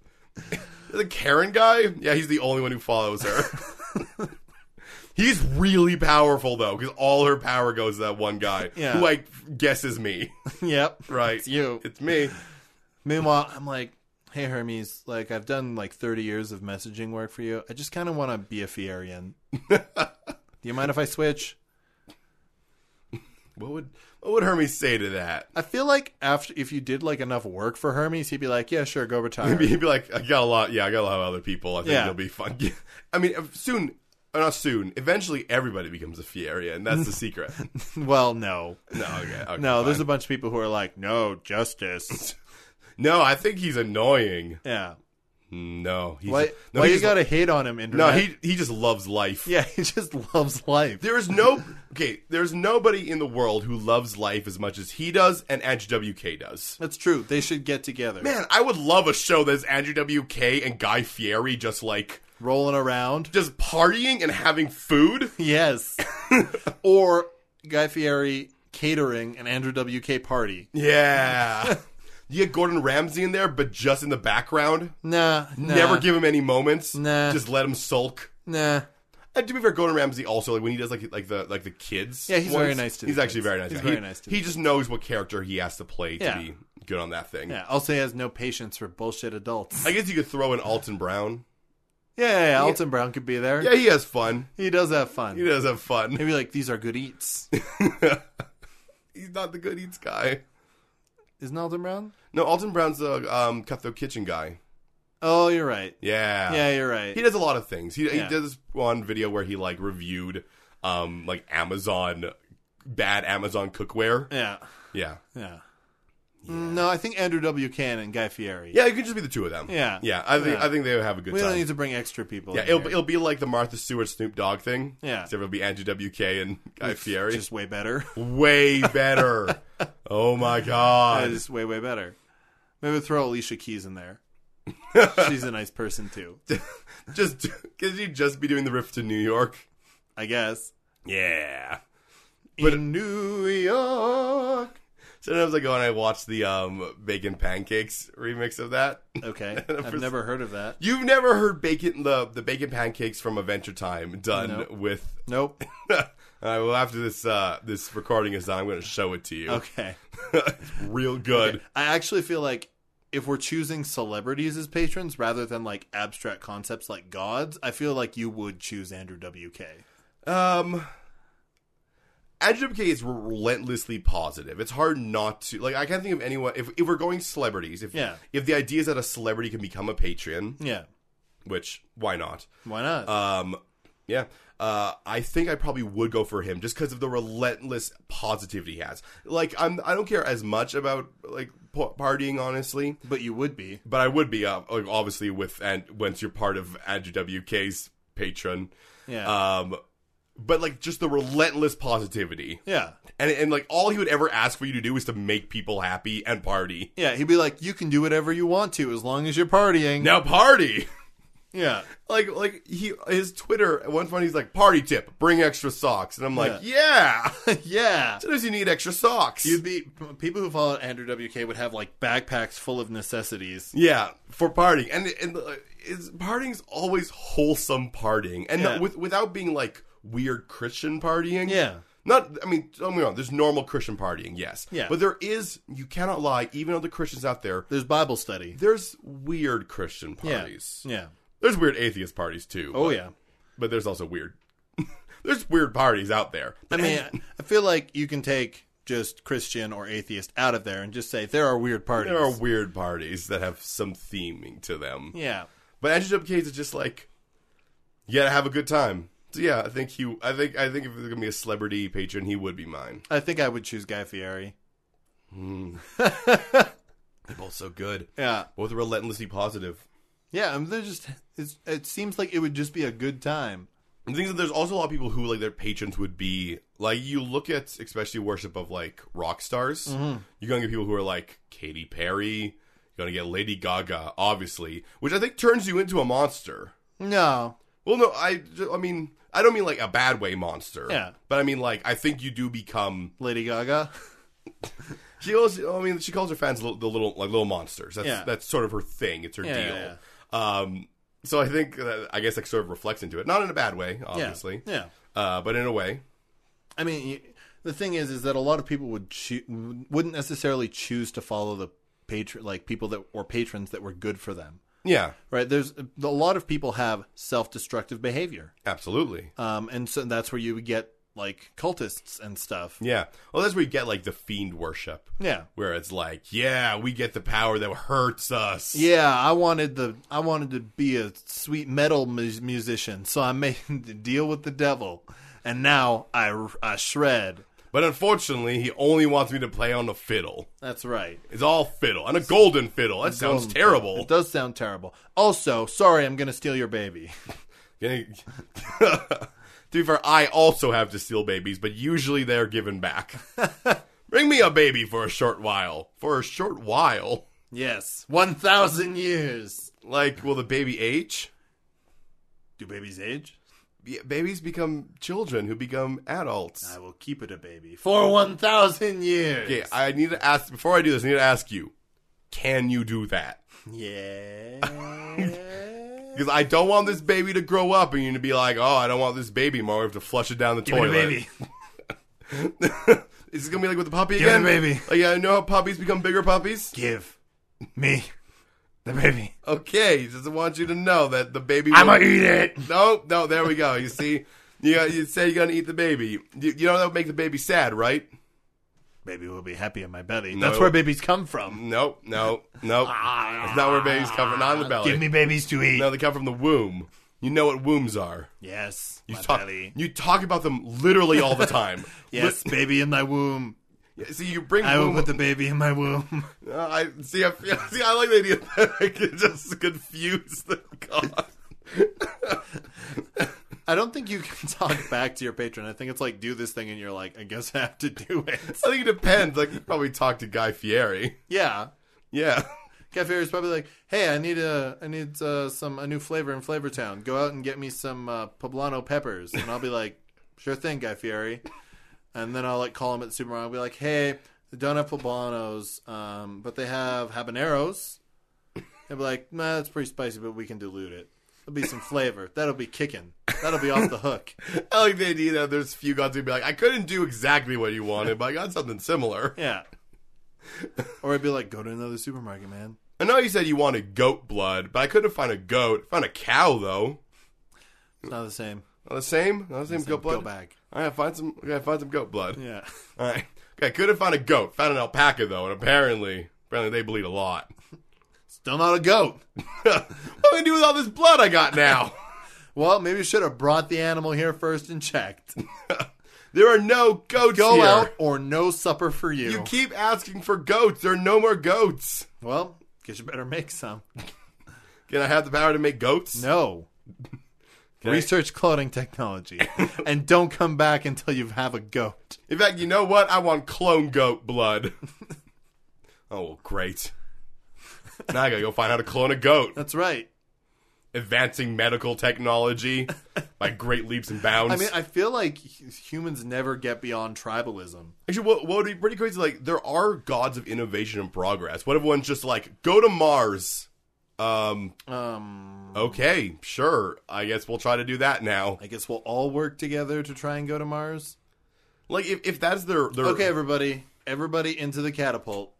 Speaker 1: the Karen guy? Yeah, he's the only one who follows her.
Speaker 2: *laughs*
Speaker 1: he's really powerful though, because all her power goes to that one guy
Speaker 2: Yeah.
Speaker 1: who I guess is me.
Speaker 2: yep.
Speaker 1: Right?
Speaker 2: It's *laughs* you.
Speaker 1: It's me.
Speaker 2: Meanwhile, I'm like, hey Hermes, like I've done like 30 years of messaging work for you. I just kind of want to be
Speaker 1: *laughs*
Speaker 2: a Fierian. Do you mind if I switch?
Speaker 1: What would what would Hermes say to that?
Speaker 2: I feel like after if you did like enough work for Hermes, he'd be like, yeah, sure, go retire.
Speaker 1: He'd be like, *laughs* I got a lot. Yeah, I got a lot of other people. I think
Speaker 2: Yeah.
Speaker 1: it'll be fun. I mean, uh, soon or not soon. Eventually, everybody becomes a Fieria, and
Speaker 2: *laughs*
Speaker 1: that's the secret.
Speaker 2: well, no,
Speaker 1: No, okay, okay,
Speaker 2: no. There's
Speaker 1: fine.
Speaker 2: a bunch of people who are like, no
Speaker 1: *laughs*
Speaker 2: justice.
Speaker 1: no. I think he's annoying.
Speaker 2: yeah.
Speaker 1: No, he's,
Speaker 2: Why?
Speaker 1: no,
Speaker 2: why
Speaker 1: he
Speaker 2: you
Speaker 1: just-
Speaker 2: gotta hate on him, internet?
Speaker 1: No, he he just loves life.
Speaker 2: *laughs* Yeah, he just loves life.
Speaker 1: There is no okay. There's nobody in the world who loves life as much as he does, and Andrew WK does.
Speaker 2: That's true. They should get together,
Speaker 1: Man, I would love a show that's Andrew WK and Guy Fieri just like
Speaker 2: rolling around.
Speaker 1: just partying and having
Speaker 2: *laughs*
Speaker 1: food. *laughs*
Speaker 2: Yes. or Guy Fieri catering an Andrew WK party.
Speaker 1: Yeah. *laughs* You get Gordon Ramsay in there, but just in the background.
Speaker 2: Nah, nah
Speaker 1: Never give him any moments.
Speaker 2: Nah.
Speaker 1: Just let him sulk.
Speaker 2: nah.
Speaker 1: And to be fair, Gordon Ramsay also like when he does like like the like the kids.
Speaker 2: Yeah, he's
Speaker 1: ones,
Speaker 2: very nice to the
Speaker 1: He's actually
Speaker 2: kids.
Speaker 1: very nice.
Speaker 2: He's
Speaker 1: guy.
Speaker 2: very
Speaker 1: he,
Speaker 2: nice to
Speaker 1: He just knows what character he has to play to
Speaker 2: Yeah.
Speaker 1: be good on that thing.
Speaker 2: Yeah, also he has no patience for bullshit adults.
Speaker 1: I guess you could throw in Alton Brown.
Speaker 2: yeah, yeah, yeah, Alton Brown could be there.
Speaker 1: Yeah, he has fun.
Speaker 2: He does have fun.
Speaker 1: He does have fun. *laughs*
Speaker 2: Maybe like these are good eats.
Speaker 1: he's not the good eats guy.
Speaker 2: Isn't Alton Brown?
Speaker 1: No, Alton Brown's the um, cutthroat kitchen guy.
Speaker 2: Oh, you're right.
Speaker 1: Yeah.
Speaker 2: Yeah, you're right.
Speaker 1: Ah. He does a lot of things. He, he
Speaker 2: Yeah.
Speaker 1: does this one video where he like reviewed um like Amazon bad Amazon cookware.
Speaker 2: yeah,
Speaker 1: Yeah.
Speaker 2: yeah. No, I think Andrew W. Can and Guy Fieri.
Speaker 1: Yeah, it could just be the two of them.
Speaker 2: Yeah.
Speaker 1: Yeah. I think
Speaker 2: Yeah.
Speaker 1: I think they would have a good
Speaker 2: we don't
Speaker 1: time.
Speaker 2: need to bring extra people.
Speaker 1: yeah,
Speaker 2: in
Speaker 1: it'll,
Speaker 2: here.
Speaker 1: it'll be like the Martha Stewart Snoop Dogg thing.
Speaker 2: Yeah.
Speaker 1: Except it'll be Andrew WK and Guy Fieri.
Speaker 2: just way better.
Speaker 1: Way
Speaker 2: *laughs*
Speaker 1: better. oh my god.
Speaker 2: is way way better. Maybe throw Alicia Keys
Speaker 1: *laughs*
Speaker 2: in there. She's a nice person too,
Speaker 1: just *laughs* could you just be doing the riff to New York?
Speaker 2: I guess.
Speaker 1: Yeah. But-
Speaker 2: In New York.
Speaker 1: Sometimes I go and I watch the um Bacon Pancakes remix of that. *laughs*
Speaker 2: Okay, I've never heard of that.
Speaker 1: You've never heard bacon the the bacon pancakes from Adventure Time done
Speaker 2: No.
Speaker 1: with. *laughs*
Speaker 2: Nope.
Speaker 1: All right, well, after this uh, this recording is done, I'm going to show it to you.
Speaker 2: Okay.
Speaker 1: *laughs* it's real good.
Speaker 2: I actually feel like if we're choosing celebrities as patrons rather than like abstract concepts like gods, I feel like you would choose Andrew WK.
Speaker 1: Um, Andrew WK is relentlessly positive. It's hard not to like. I can't think of anyone if if we're going celebrities. If
Speaker 2: Yeah.
Speaker 1: if the idea is that a celebrity can become a patron,
Speaker 2: Yeah.
Speaker 1: which why not?
Speaker 2: Why not?
Speaker 1: Um, yeah. Uh, I think I probably would go for him just because of the relentless positivity he has. Like, I'm I don't care as much about like p- partying, honestly,
Speaker 2: but you would be.
Speaker 1: but I would be uh, like, obviously with and once you're part of Andrew WK's patron.
Speaker 2: Yeah.
Speaker 1: Um, but like just the relentless positivity,
Speaker 2: yeah.
Speaker 1: and and like all he would ever ask for you to do is to make people happy and party.
Speaker 2: Yeah, he'd be like, "You can do whatever you want to as long as you're partying."
Speaker 1: Now party. *laughs*
Speaker 2: Yeah. *laughs*
Speaker 1: like like he his Twitter at one point he's like party tip, bring extra socks, and I'm like yeah.
Speaker 2: yeah.
Speaker 1: Sometimes you need extra socks.
Speaker 2: You'd be people who follow Andrew WK would have like backpacks full of necessities.
Speaker 1: yeah, for partying, and and uh, is partying's always wholesome partying, and
Speaker 2: Yeah.
Speaker 1: not, with, without being like weird Christian partying.
Speaker 2: Yeah.
Speaker 1: Not, I mean, don't get me wrong. There's normal Christian partying, yes.
Speaker 2: Yeah.
Speaker 1: But there is, you cannot lie. Even though the Christians out there,
Speaker 2: There's Bible study.
Speaker 1: there's weird Christian
Speaker 2: Yeah.
Speaker 1: parties.
Speaker 2: Yeah.
Speaker 1: There's weird atheist parties too.
Speaker 2: Oh
Speaker 1: but,
Speaker 2: yeah.
Speaker 1: but there's also weird. *laughs* there's weird parties out there.
Speaker 2: I mean, I- I feel like you can take just Christian or atheist out of there and just say there are weird parties.
Speaker 1: There are weird parties that have some theming to them.
Speaker 2: yeah.
Speaker 1: But Andrew WK is just like, you gotta have a good time. So yeah, I think he, I think, I think if there's gonna be a celebrity patron, he would be mine.
Speaker 2: I think I would choose Guy Fieri.
Speaker 1: They're both so good,
Speaker 2: Yeah.
Speaker 1: both relentlessly positive.
Speaker 2: Yeah, I mean, they're just it's, it seems like it would just be a good time.
Speaker 1: The thing is, that there's also a lot of people who like their patrons would be like you look at especially worship of like rock stars. You're gonna get people who are like Katy Perry. You're gonna get Lady Gaga, obviously, which I think turns you into a monster.
Speaker 2: No.
Speaker 1: Well, no, I, ju- I mean, I don't mean like a bad way monster.
Speaker 2: Yeah.
Speaker 1: but I mean like I think you do become
Speaker 2: Lady Gaga.
Speaker 1: She also, I mean, she calls her fans little, the little like little monsters. That's
Speaker 2: Yeah.
Speaker 1: that's sort of her thing. It's her
Speaker 2: Yeah,
Speaker 1: deal.
Speaker 2: yeah,
Speaker 1: Um, so I think that, I guess that sort of reflects into it, not in a bad way,
Speaker 2: Yeah.
Speaker 1: obviously,
Speaker 2: Yeah.
Speaker 1: uh, but in a way,
Speaker 2: I mean, you- the thing is, is that a lot of people would choo- wouldn't necessarily choose to follow the patron, like people that or patrons that were good for them,
Speaker 1: yeah,
Speaker 2: right? There's a lot of people have self-destructive behavior,
Speaker 1: absolutely.
Speaker 2: um, and so that's where you would get like cultists and stuff.
Speaker 1: Yeah. Well, that's where you get like the fiend worship,
Speaker 2: Yeah.
Speaker 1: where it's like, yeah, we get the power that hurts us.
Speaker 2: Yeah, I wanted the I wanted to be a sweet metal mu- musician, so I made *laughs* the deal with the devil, and now I I shred.
Speaker 1: But unfortunately, he only wants me to play on the fiddle.
Speaker 2: That's right.
Speaker 1: It's all fiddle and a golden fiddle. That sounds
Speaker 2: Golden-
Speaker 1: terrible.
Speaker 2: It does sound terrible. Also, sorry, I'm gonna steal your baby.
Speaker 1: Gonna- *laughs* to be fair, I also have to steal babies, but usually they're given
Speaker 2: *laughs*
Speaker 1: back. Bring me a baby for a short while. For a short while.
Speaker 2: Yes, one thousand years.
Speaker 1: Like, will the baby age?
Speaker 2: Do babies age?
Speaker 1: Yeah, babies become children who become adults.
Speaker 2: I will keep it a baby for one thousand years.
Speaker 1: Okay, I need to ask before I do this. I need to ask you: Can you do that?
Speaker 2: yeah.
Speaker 1: Because I don't want this baby to grow up and you to be like, "Oh, I don't want this baby more. We have to flush it down the
Speaker 2: Give me
Speaker 1: toilet."
Speaker 2: the baby.
Speaker 1: *laughs* Is it gonna be like with the puppy
Speaker 2: Give me the
Speaker 1: again?
Speaker 2: baby.
Speaker 1: Like, yeah, I know how puppies become bigger puppies.
Speaker 2: Give me the baby.
Speaker 1: Okay, he doesn't want you to know that the baby.
Speaker 2: I'm
Speaker 1: will-
Speaker 2: gonna eat it.
Speaker 1: No, no, there we go. You see, you you say you're gonna eat the baby. You, you know that would make the baby sad, right?
Speaker 2: Baby will be happy in my belly.
Speaker 1: No.
Speaker 2: That's where babies come from.
Speaker 1: No, no, no.
Speaker 2: Ah.
Speaker 1: That's not where babies come from. Not in the belly.
Speaker 2: Give me babies to eat.
Speaker 1: no, they come from the womb. You know what wombs are.
Speaker 2: Yes,
Speaker 1: You
Speaker 2: my
Speaker 1: talk.
Speaker 2: belly.
Speaker 1: You talk about them literally all the time.
Speaker 2: *laughs* Yes, *laughs* baby in my womb.
Speaker 1: Li- see, you bring
Speaker 2: I will
Speaker 1: womb.
Speaker 2: put the baby in my womb. *laughs*
Speaker 1: Uh, I see. I feel, *laughs* see. I like the idea that I could just confuse the god.
Speaker 2: I don't think you can *laughs* talk back to your patron. I think it's like do this thing, and you're like, I guess I have to do it.
Speaker 1: I think it depends. Like you probably talk to Guy Fieri.
Speaker 2: *laughs* Yeah.
Speaker 1: Yeah.
Speaker 2: Cafe is probably like, hey, I need a, I need uh, some a new flavor in Flavor Town. Go out and get me some uh, poblano peppers, and I'll be like, sure thing, Guy Fieri. And then I'll like call him at the supermarket. I'll be like, hey, they don't have poblanos, um, but they have habaneros. They'll be like, nah, that's pretty spicy, but we can dilute it. There'll be some flavor. That'll be kicking. That'll be off the hook.
Speaker 1: I like the idea that there's few gods who'd be like, I couldn't do exactly what you wanted, but I got something similar.
Speaker 2: Yeah. Or I'd be like, go to another supermarket, man.
Speaker 1: I know you said you wanted goat blood, but I couldn't find a goat. Found a cow though.
Speaker 2: It's not the same.
Speaker 1: Not the same. Not the same, goat blood.
Speaker 2: Go back.
Speaker 1: All right, find some. Okay, find some goat blood.
Speaker 2: Yeah.
Speaker 1: All right. Okay, couldn't find a goat. Found an alpaca though, and apparently, apparently they bleed a lot. *laughs*
Speaker 2: Still not a goat.
Speaker 1: what am I gonna do with all this blood I got now? *laughs*
Speaker 2: Well, maybe you should have brought the animal here first and checked.
Speaker 1: there are no goats
Speaker 2: *laughs* Go
Speaker 1: here.
Speaker 2: out or no supper for you.
Speaker 1: You keep asking for goats. There are no more goats.
Speaker 2: well, guess you better make some. *laughs*
Speaker 1: Can I have the power to make goats?
Speaker 2: No.
Speaker 1: Can I-
Speaker 2: Research cloning *laughs* technology. and don't come back until you have a goat.
Speaker 1: In fact, you know what? I want clone goat blood. *laughs* oh, well, great. Now I gotta go find how to clone a goat.
Speaker 2: That's right.
Speaker 1: Advancing medical technology by great leaps and bounds.
Speaker 2: I mean, I feel like h- humans never get beyond tribalism.
Speaker 1: Actually, what, what would be pretty crazy, like, there are gods of innovation and progress. What if one's just like, go to Mars? Um,
Speaker 2: Um,
Speaker 1: okay, sure. I guess we'll try to do that now.
Speaker 2: I guess we'll all work together to try and go to Mars.
Speaker 1: Like, if, if that's their, their.
Speaker 2: Okay, everybody. Everybody into the catapult.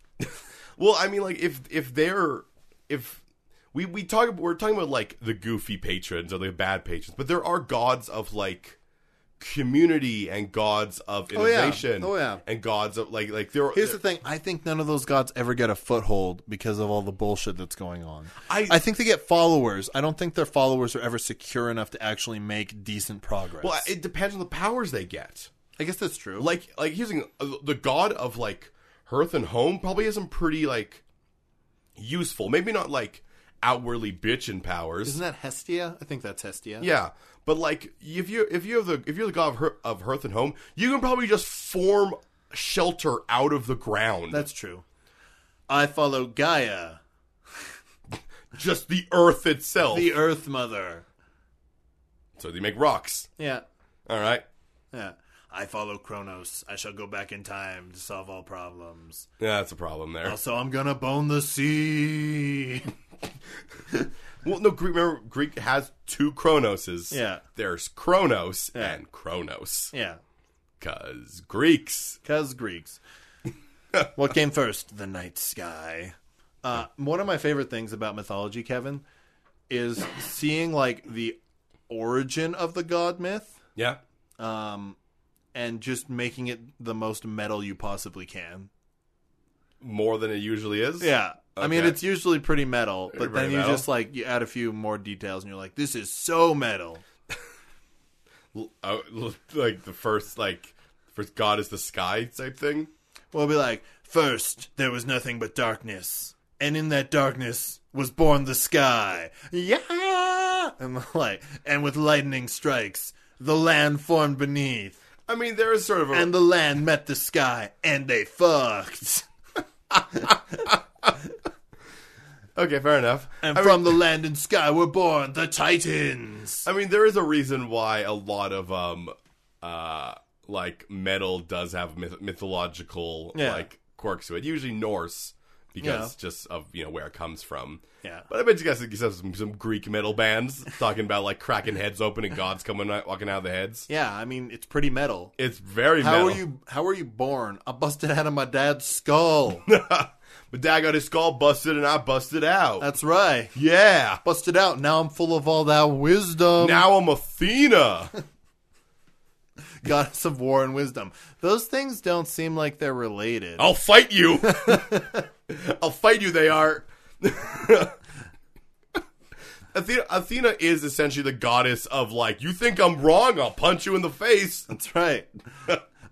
Speaker 1: Well, I mean, like if if they're if we we talk we're talking about like the goofy patrons or the bad patrons, but there are gods of like community and gods of
Speaker 2: Oh, yeah.
Speaker 1: innovation.
Speaker 2: Oh, yeah.
Speaker 1: and gods of like like there.
Speaker 2: Here's the thing. I think none of those gods ever get a foothold because of all the bullshit that's going on.
Speaker 1: I-
Speaker 2: I think they get followers. I don't think their followers are ever secure enough to actually make decent progress.
Speaker 1: well, it depends on the powers they get.
Speaker 2: I guess that's true.
Speaker 1: Like like here's the, thing, Uh, the god of like hearth and home probably has some pretty like useful, maybe not like outwardly bitchin' powers.
Speaker 2: Isn't that Hestia? I think that's Hestia.
Speaker 1: Yeah, but like if you if you have the if you're the god of, her, of hearth and home, you can probably just form shelter out of the ground.
Speaker 2: That's true. I follow Gaia,
Speaker 1: just the earth itself.
Speaker 2: the Earth Mother.
Speaker 1: so they make rocks.
Speaker 2: Yeah.
Speaker 1: All right.
Speaker 2: Yeah. I follow Kronos. I shall go back in time to solve all problems.
Speaker 1: Yeah, that's a problem there.
Speaker 2: Also, I'm gonna bone the sea. *laughs*
Speaker 1: Well, no, Greek remember Greek has two Chronoses.
Speaker 2: Yeah.
Speaker 1: There's Chronos
Speaker 2: Yeah.
Speaker 1: and Chronos.
Speaker 2: Yeah.
Speaker 1: Cuz Greeks. *laughs*
Speaker 2: Cause Greeks. what came first? The night sky. Uh, one of my favorite things about mythology, Kevin, is seeing like the origin of the god myth.
Speaker 1: Yeah.
Speaker 2: Um, and just making it the most metal you possibly can.
Speaker 1: more than it usually is.
Speaker 2: Yeah. I mean,
Speaker 1: Okay.
Speaker 2: it's usually pretty metal, but
Speaker 1: Pretty
Speaker 2: then you
Speaker 1: metal.
Speaker 2: just like you add a few more details, and you're like, "This is so metal."
Speaker 1: L- uh, *laughs* l- like the first like first God is the sky type thing.
Speaker 2: We'll be like, first there was nothing but darkness, and in that darkness was born the sky. Yeah, and *laughs* like, and with lightning strikes, the land formed beneath,
Speaker 1: I mean, there is sort of a
Speaker 2: and the land met the sky, and they fucked.
Speaker 1: okay, fair enough.
Speaker 2: And
Speaker 1: I mean-
Speaker 2: from the land and sky were born the titans.
Speaker 1: I mean, there is a reason why a lot of um uh like metal does have myth- mythological
Speaker 2: Yeah.
Speaker 1: like quirks to it. Usually Norse because
Speaker 2: Yeah.
Speaker 1: just of you know where it comes from.
Speaker 2: Yeah.
Speaker 1: But I bet you guys you have some, some Greek metal bands *laughs* talking about like cracking heads open and gods coming out, walking out of the heads.
Speaker 2: Yeah, I mean it's pretty metal.
Speaker 1: It's very
Speaker 2: How
Speaker 1: metal.
Speaker 2: are you? How are you born? I busted out of my dad's
Speaker 1: *laughs*
Speaker 2: skull.
Speaker 1: *laughs* but dad got his skull busted and I busted out.
Speaker 2: That's right.
Speaker 1: yeah.
Speaker 2: Busted out. Now I'm full of all that wisdom.
Speaker 1: Now I'm Athena.
Speaker 2: *laughs* goddess of war and wisdom. Those things don't seem like they're related.
Speaker 1: I'll fight you. *laughs* I'll fight you. They are. *laughs* Athena, Athena is essentially the goddess of like. You think I'm wrong? I'll punch you in the face.
Speaker 2: That's right.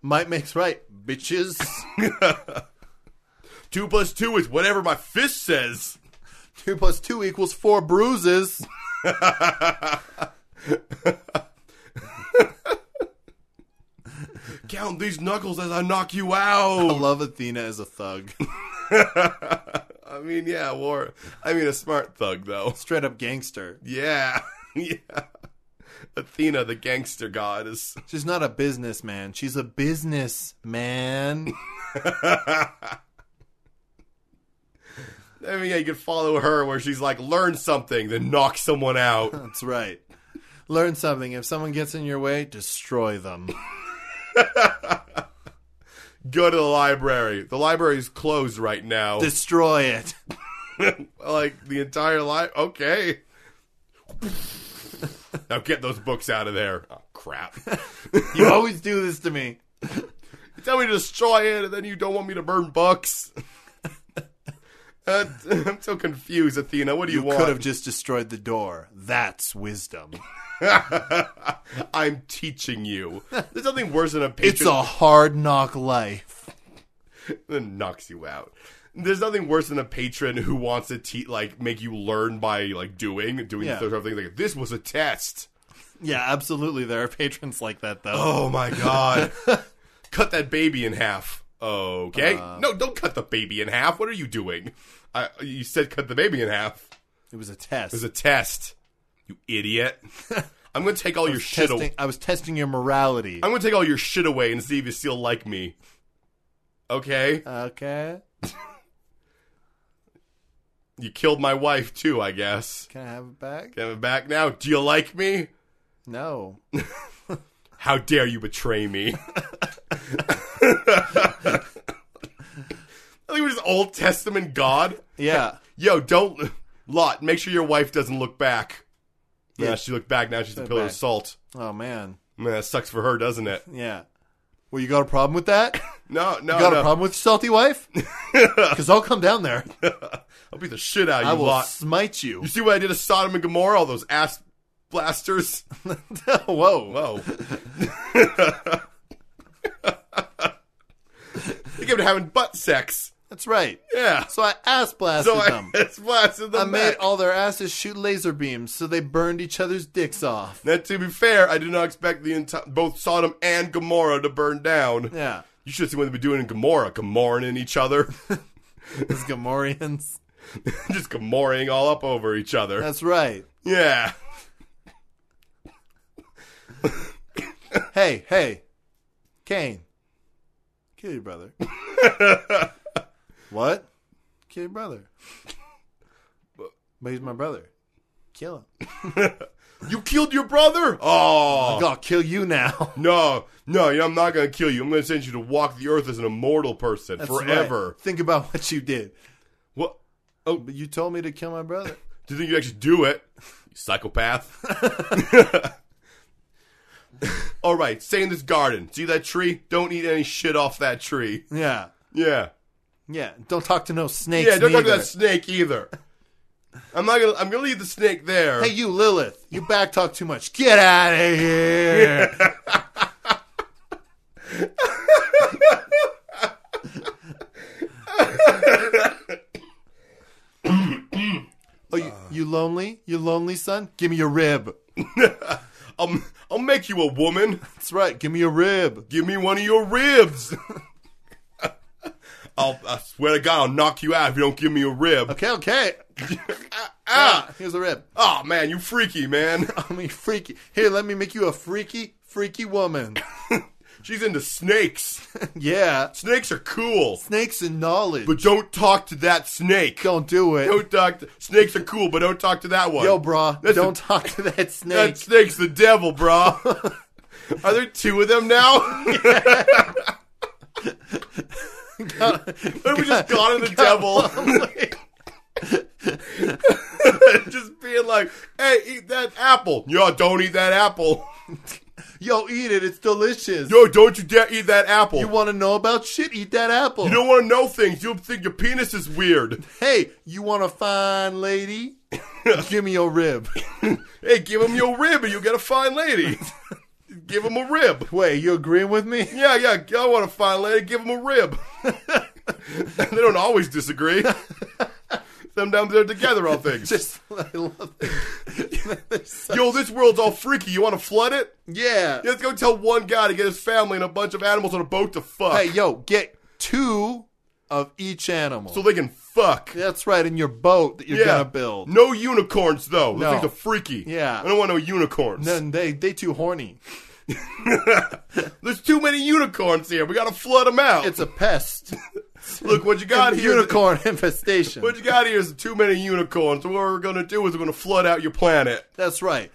Speaker 2: Might makes right, bitches. *laughs*
Speaker 1: Two plus two is whatever my fist says.
Speaker 2: two plus two equals four
Speaker 1: *laughs*
Speaker 2: bruises.
Speaker 1: Count these knuckles as I knock you *laughs*
Speaker 2: I
Speaker 1: out.
Speaker 2: love Athena as a thug. *laughs*
Speaker 1: I mean, yeah, war. I mean, a smart thug though.
Speaker 2: Straight up gangster.
Speaker 1: Yeah, *laughs* yeah. Athena, the gangster goddess.
Speaker 2: She's not a businessman. She's
Speaker 1: *laughs*
Speaker 2: a businessman.
Speaker 1: I mean, yeah, you could follow her where she's like, learn something, then knock someone out.
Speaker 2: That's right. Learn something. If someone gets in your way,
Speaker 1: *laughs*
Speaker 2: destroy them.
Speaker 1: Oh. go to the library. The library is closed right now.
Speaker 2: destroy it.
Speaker 1: like the entire library. Okay. now get those books out of there. Oh
Speaker 2: *laughs*
Speaker 1: crap! *laughs*
Speaker 2: You always do this to me.
Speaker 1: you tell me to destroy it, and then you don't want me to burn books. Uh, *laughs* I'm so confused, Athena. What do you,
Speaker 2: You could have
Speaker 1: want?
Speaker 2: just destroyed the door. That's
Speaker 1: *laughs*
Speaker 2: wisdom.
Speaker 1: I'm teaching you. There's nothing worse than a patron.
Speaker 2: *laughs* It's a hard knock life.
Speaker 1: then knocks you out. There's nothing worse than a patron who wants to te- like make you learn by like doing doing
Speaker 2: Yeah.
Speaker 1: the sort of thing. Like this was a test.
Speaker 2: Yeah, absolutely. There are patrons like that, though.
Speaker 1: Oh my god. *laughs* cut that baby in half. Okay. no, don't cut the baby in half. What are you doing? I, you said cut the baby in half.
Speaker 2: It was a test.
Speaker 1: It was a test. You idiot. *laughs* I'm going to take all your shit
Speaker 2: testing,
Speaker 1: away.
Speaker 2: I was testing your morality.
Speaker 1: I'm going to take all your shit away and see if you still like me. Okay.
Speaker 2: okay.
Speaker 1: You killed my wife too, I guess.
Speaker 2: Can I have it back?
Speaker 1: Get it back now. Do you like me?
Speaker 2: No.
Speaker 1: How dare you betray *laughs* me? I think we're just Old Testament God. *laughs*
Speaker 2: Yeah.
Speaker 1: Yo, don't Lot, make sure your wife doesn't look back. Yeah,
Speaker 2: Yeah.
Speaker 1: she looked back, now she's a pillar of
Speaker 2: back.
Speaker 1: salt.
Speaker 2: oh man.
Speaker 1: Man, that sucks for her, doesn't it?
Speaker 2: Yeah. Well, you got a problem
Speaker 1: *laughs*
Speaker 2: with that?
Speaker 1: No, no,
Speaker 2: You got a
Speaker 1: no.
Speaker 2: problem with
Speaker 1: *laughs*
Speaker 2: salty wife? Because I'll come down there.
Speaker 1: I'll beat the shit out of
Speaker 2: I
Speaker 1: you,
Speaker 2: will
Speaker 1: Lot.
Speaker 2: smite you.
Speaker 1: You see what I did to Sodom and Gomorrah? All those ass blasters?
Speaker 2: *laughs*
Speaker 1: *laughs*
Speaker 2: Whoa. *laughs*
Speaker 1: Whoa. they kept having butt sex.
Speaker 2: That's right.
Speaker 1: Yeah.
Speaker 2: So I ass blasted
Speaker 1: So I,
Speaker 2: them.
Speaker 1: *laughs* it's blasted
Speaker 2: I
Speaker 1: them
Speaker 2: made
Speaker 1: back.
Speaker 2: all their asses shoot laser beams, so they burned each other's dicks off.
Speaker 1: Now, to be fair, I did not expect the entire both Sodom and Gomorrah to burn down.
Speaker 2: Yeah.
Speaker 1: You should see what they've been doing in Gomorrah, Gomorrahing in each other, *laughs*
Speaker 2: Those Gamorreans.
Speaker 1: just Gomorrahing all up over each other.
Speaker 2: That's right.
Speaker 1: yeah,
Speaker 2: Hey, hey, Kane, kill
Speaker 1: *laughs*
Speaker 2: your brother. what? Kill your brother. But he's my brother. Kill him.
Speaker 1: you killed your brother. Oh
Speaker 2: I'll kill
Speaker 1: *laughs*
Speaker 2: you now.
Speaker 1: no, no, you know, I'm not gonna kill you. I'm gonna send you to walk the earth as an immortal person
Speaker 2: That's
Speaker 1: forever. Oh.
Speaker 2: right. Think about what you did.
Speaker 1: What?
Speaker 2: But you told me to kill my brother.
Speaker 1: Do you think you actually do it, you psychopath? *laughs* all right, stay in this garden. See that tree? Don't eat any shit off that tree.
Speaker 2: Yeah.
Speaker 1: *laughs* Yeah.
Speaker 2: Yeah. Don't talk to no snakes.
Speaker 1: Yeah, don't talk to
Speaker 2: neither.
Speaker 1: that snake either. I'm not gonna. I'm gonna leave the snake there.
Speaker 2: Hey, you Lilith, you back talk too much. Get out of here. oh, you, you lonely? You lonely, son? Give me your rib.
Speaker 1: I'll, I'll make you a woman.
Speaker 2: That's right. Give me your rib.
Speaker 1: Give me one of your ribs. *laughs* I'll, I swear to God, I'll knock you out if you don't give me a rib.
Speaker 2: Okay, okay. *laughs* ah, here's a rib.
Speaker 1: Oh man, you freaky
Speaker 2: *laughs*
Speaker 1: man.
Speaker 2: I mean, freaky. Here, let me make you a freaky, freaky woman. *laughs*
Speaker 1: She's into snakes.
Speaker 2: yeah.
Speaker 1: Snakes are cool,
Speaker 2: Snakes and knowledge.
Speaker 1: but don't talk to that snake.
Speaker 2: don't do it.
Speaker 1: Don't talk. To, snakes are cool, but don't talk to that one.
Speaker 2: Yo, brah,
Speaker 1: That's
Speaker 2: don't talk to that snake.
Speaker 1: That snake's the devil, bro. *laughs* Are there two of them now? What if we just gone to the devil? *laughs* just being like, hey, eat that apple. Yo, don't eat that apple.
Speaker 2: Yo, eat it. It's delicious.
Speaker 1: Yo, don't you dare eat that apple.
Speaker 2: You
Speaker 1: You,
Speaker 2: want to know about shit? Eat that apple.
Speaker 1: don't want to know things. You think your penis is weird.
Speaker 2: hey, you want a
Speaker 1: *laughs*
Speaker 2: fine lady? Give me your rib.
Speaker 1: Hey, give him your rib and you'll get a fine lady. *laughs* give him a rib.
Speaker 2: Wait, you agreeing with me?
Speaker 1: *laughs* Yeah, yeah, I want a fine lady. Give him a rib. *laughs* they don't always disagree. Sometimes they're together on things.
Speaker 2: Just, I love it. So-
Speaker 1: Yo, this world's all freaky. You want to flood it?
Speaker 2: yeah.
Speaker 1: Let's go tell one guy to get his family and a bunch of animals on a boat to fuck.
Speaker 2: Hey, yo, get two of each animal.
Speaker 1: So they can fuck.
Speaker 2: That's right, in your boat that you're
Speaker 1: Yeah.
Speaker 2: gonna build.
Speaker 1: No unicorns, though.
Speaker 2: No.
Speaker 1: Those things are freaky.
Speaker 2: Yeah.
Speaker 1: I don't want no unicorns.
Speaker 2: Then they they too horny.
Speaker 1: There's too many unicorns here. We got to flood them out.
Speaker 2: It's
Speaker 1: *laughs*
Speaker 2: a pest.
Speaker 1: Look, what you got here.
Speaker 2: Unicorn infestation.
Speaker 1: What you got here is too many unicorns. What we're going to do is we're going to flood out your planet. *laughs*
Speaker 2: That's right.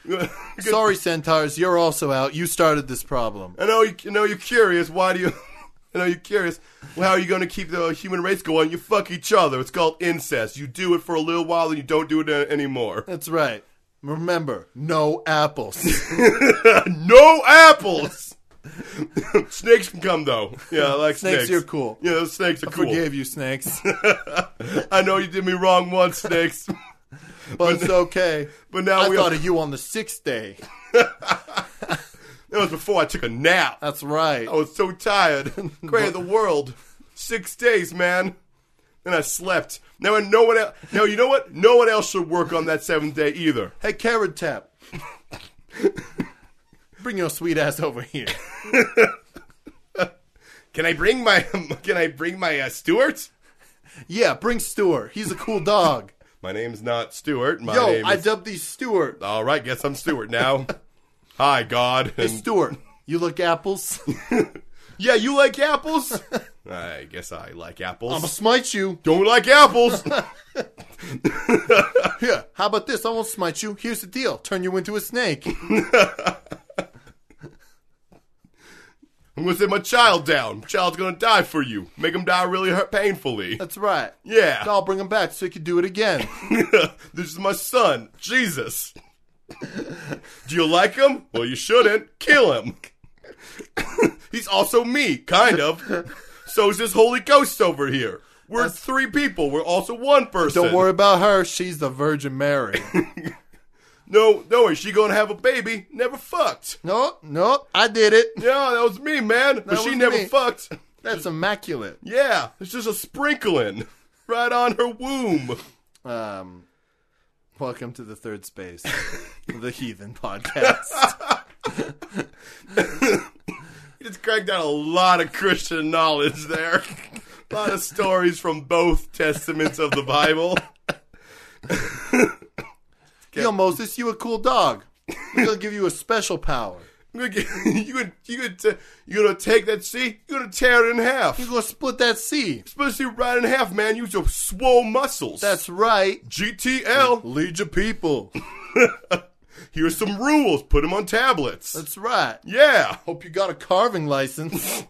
Speaker 2: Sorry, centaurs, you're also out. You started this problem.
Speaker 1: I know you, I know you're curious. Why do you? *laughs* I know you're curious. Well, how are you going to keep the human race going? You fuck each other. It's called incest. You do it for a little while, and you don't do it a- anymore. *laughs*
Speaker 2: That's right. Remember, no apples.
Speaker 1: no apples. *laughs* snakes can come though. Yeah, I like
Speaker 2: Snakes,
Speaker 1: snakes.
Speaker 2: you're cool.
Speaker 1: Yeah, those snakes are cool.
Speaker 2: Forgive you, *laughs* snakes.
Speaker 1: I know you did me wrong once, snakes. *laughs*
Speaker 2: But it's okay.
Speaker 1: But now
Speaker 2: I
Speaker 1: we.
Speaker 2: thought
Speaker 1: Are,
Speaker 2: of you on the sixth day.
Speaker 1: that was before I took a nap.
Speaker 2: That's right.
Speaker 1: I was so tired. *laughs* Great of the world. Six days, man. And I slept. Now and no one else. Now you know what? No one else should work on that seventh day either.
Speaker 2: Hey, Carrot
Speaker 1: *laughs*
Speaker 2: Tap. Bring your sweet ass over here.
Speaker 1: Can I bring my? *laughs* Can I bring my uh, Stuart?
Speaker 2: Yeah, bring Stuart. He's a cool dog.
Speaker 1: My name's not Stuart. My
Speaker 2: Yo,
Speaker 1: name
Speaker 2: I
Speaker 1: is.
Speaker 2: dubbed these Stuart.
Speaker 1: All right, guess I'm Stuart *laughs* now. Hi, God.
Speaker 2: Hey,
Speaker 1: And-
Speaker 2: Stuart, you look
Speaker 1: *laughs*
Speaker 2: apples?
Speaker 1: yeah, you like apples? *laughs* I guess I like apples.
Speaker 2: I'ma smite you.
Speaker 1: Don't like *laughs* apples.
Speaker 2: Here, how about this? I won't smite you. Here's the deal. Turn you into a snake.
Speaker 1: I'm gonna send my child down. Child's gonna die for you. Make him die really hurt, painfully.
Speaker 2: That's right.
Speaker 1: Yeah.
Speaker 2: I'll bring him back so he can do
Speaker 1: *laughs*
Speaker 2: it again.
Speaker 1: this is my son, Jesus. Do you like him? Well, you shouldn't. Kill him. *laughs* He's also me, kind of. So is this Holy Ghost over here. We're three people. We're also one person.
Speaker 2: Don't worry about her. She's the Virgin
Speaker 1: *laughs*
Speaker 2: Mary.
Speaker 1: No, no, is she gonna have a baby? Never fucked.
Speaker 2: no, no, I did it.
Speaker 1: Yeah, that was me, man. but she
Speaker 2: was
Speaker 1: never
Speaker 2: me.
Speaker 1: fucked.
Speaker 2: That's immaculate.
Speaker 1: Yeah, it's just a sprinkling right on her womb.
Speaker 2: Um, welcome to the third space, the Heathen
Speaker 1: *laughs*
Speaker 2: Podcast.
Speaker 1: You just cracked out a lot of Christian knowledge there. a lot of stories from both testaments of the Bible.
Speaker 2: Yo, Moses, you a cool dog. We're gonna give you a special power.
Speaker 1: You gonna get- you gonna you gonna, t- you gonna take that sea? You gonna tear it in half?
Speaker 2: We're gonna split that sea.
Speaker 1: Especially right in half, man. Use your swole muscles.
Speaker 2: That's right.
Speaker 1: GTL.
Speaker 2: Lead your people.
Speaker 1: Here's some rules. Put them on tablets.
Speaker 2: That's right.
Speaker 1: Yeah.
Speaker 2: Hope you got a carving license.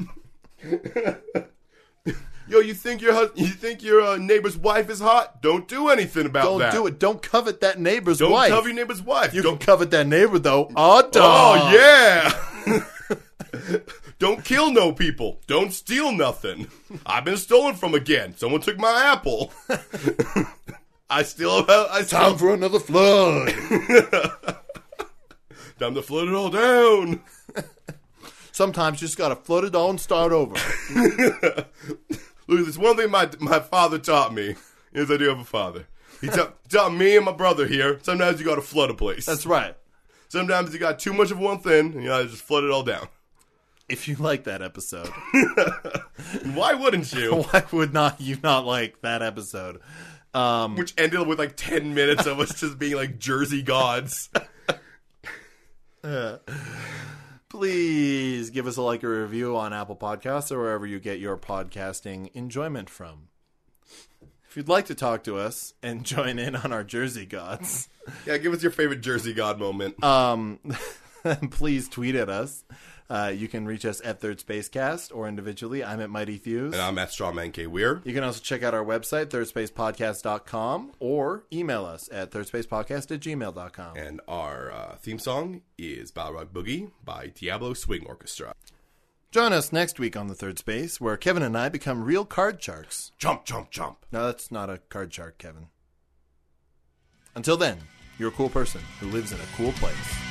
Speaker 1: Yo, you think your hus- you think your uh, neighbor's wife is hot? Don't do anything about
Speaker 2: Don't
Speaker 1: that.
Speaker 2: do it. Don't covet that neighbor's
Speaker 1: Don't
Speaker 2: wife.
Speaker 1: cover your neighbor's wife.
Speaker 2: you
Speaker 1: Don't-
Speaker 2: Ah, can covet that neighbor though. Oh, dog.
Speaker 1: Oh yeah. *laughs* Don't kill no people. Don't steal nothing. I've been stolen from again. Someone took my apple. *laughs* I still have. I still,
Speaker 2: Time for another flood.
Speaker 1: time to flood it all down.
Speaker 2: Sometimes you just gotta flood it all and start over.
Speaker 1: Look, this one thing my my father taught me is I do have a father. He ta- taught me and my brother here. Sometimes you got to flood a place.
Speaker 2: That's right.
Speaker 1: Sometimes you got too much of one thing, and you gotta just flood it all down.
Speaker 2: If you like that episode,
Speaker 1: And why wouldn't you?
Speaker 2: *laughs* why would not you not like that episode? Um,
Speaker 1: Which ended with like ten minutes of us just being like Jersey gods.
Speaker 2: please give us a like or review on Apple Podcasts or wherever you get your podcasting enjoyment from. If you'd like to talk to us and *laughs* join in on our Jersey gods,
Speaker 1: Yeah, give us your favorite Jersey god moment.
Speaker 2: um, *laughs* please tweet at us. Uh, you can reach us at Third Spacecast or individually. I'm at Mighty Thews.
Speaker 1: and I'm at Strawman K Weir.
Speaker 2: You can also check out our website, thirdspacepodcast.com, or email us at thirdspacepodcast at gmail.com.
Speaker 1: And our uh, theme song is Balrog Boogie by Diablo Swing Orchestra.
Speaker 2: Join us next week on The Third Space, where Kevin and I become real card sharks.
Speaker 1: Jump, jump, jump.
Speaker 2: No, that's not a card shark, Kevin. Until then, you're a cool person who lives in a cool place.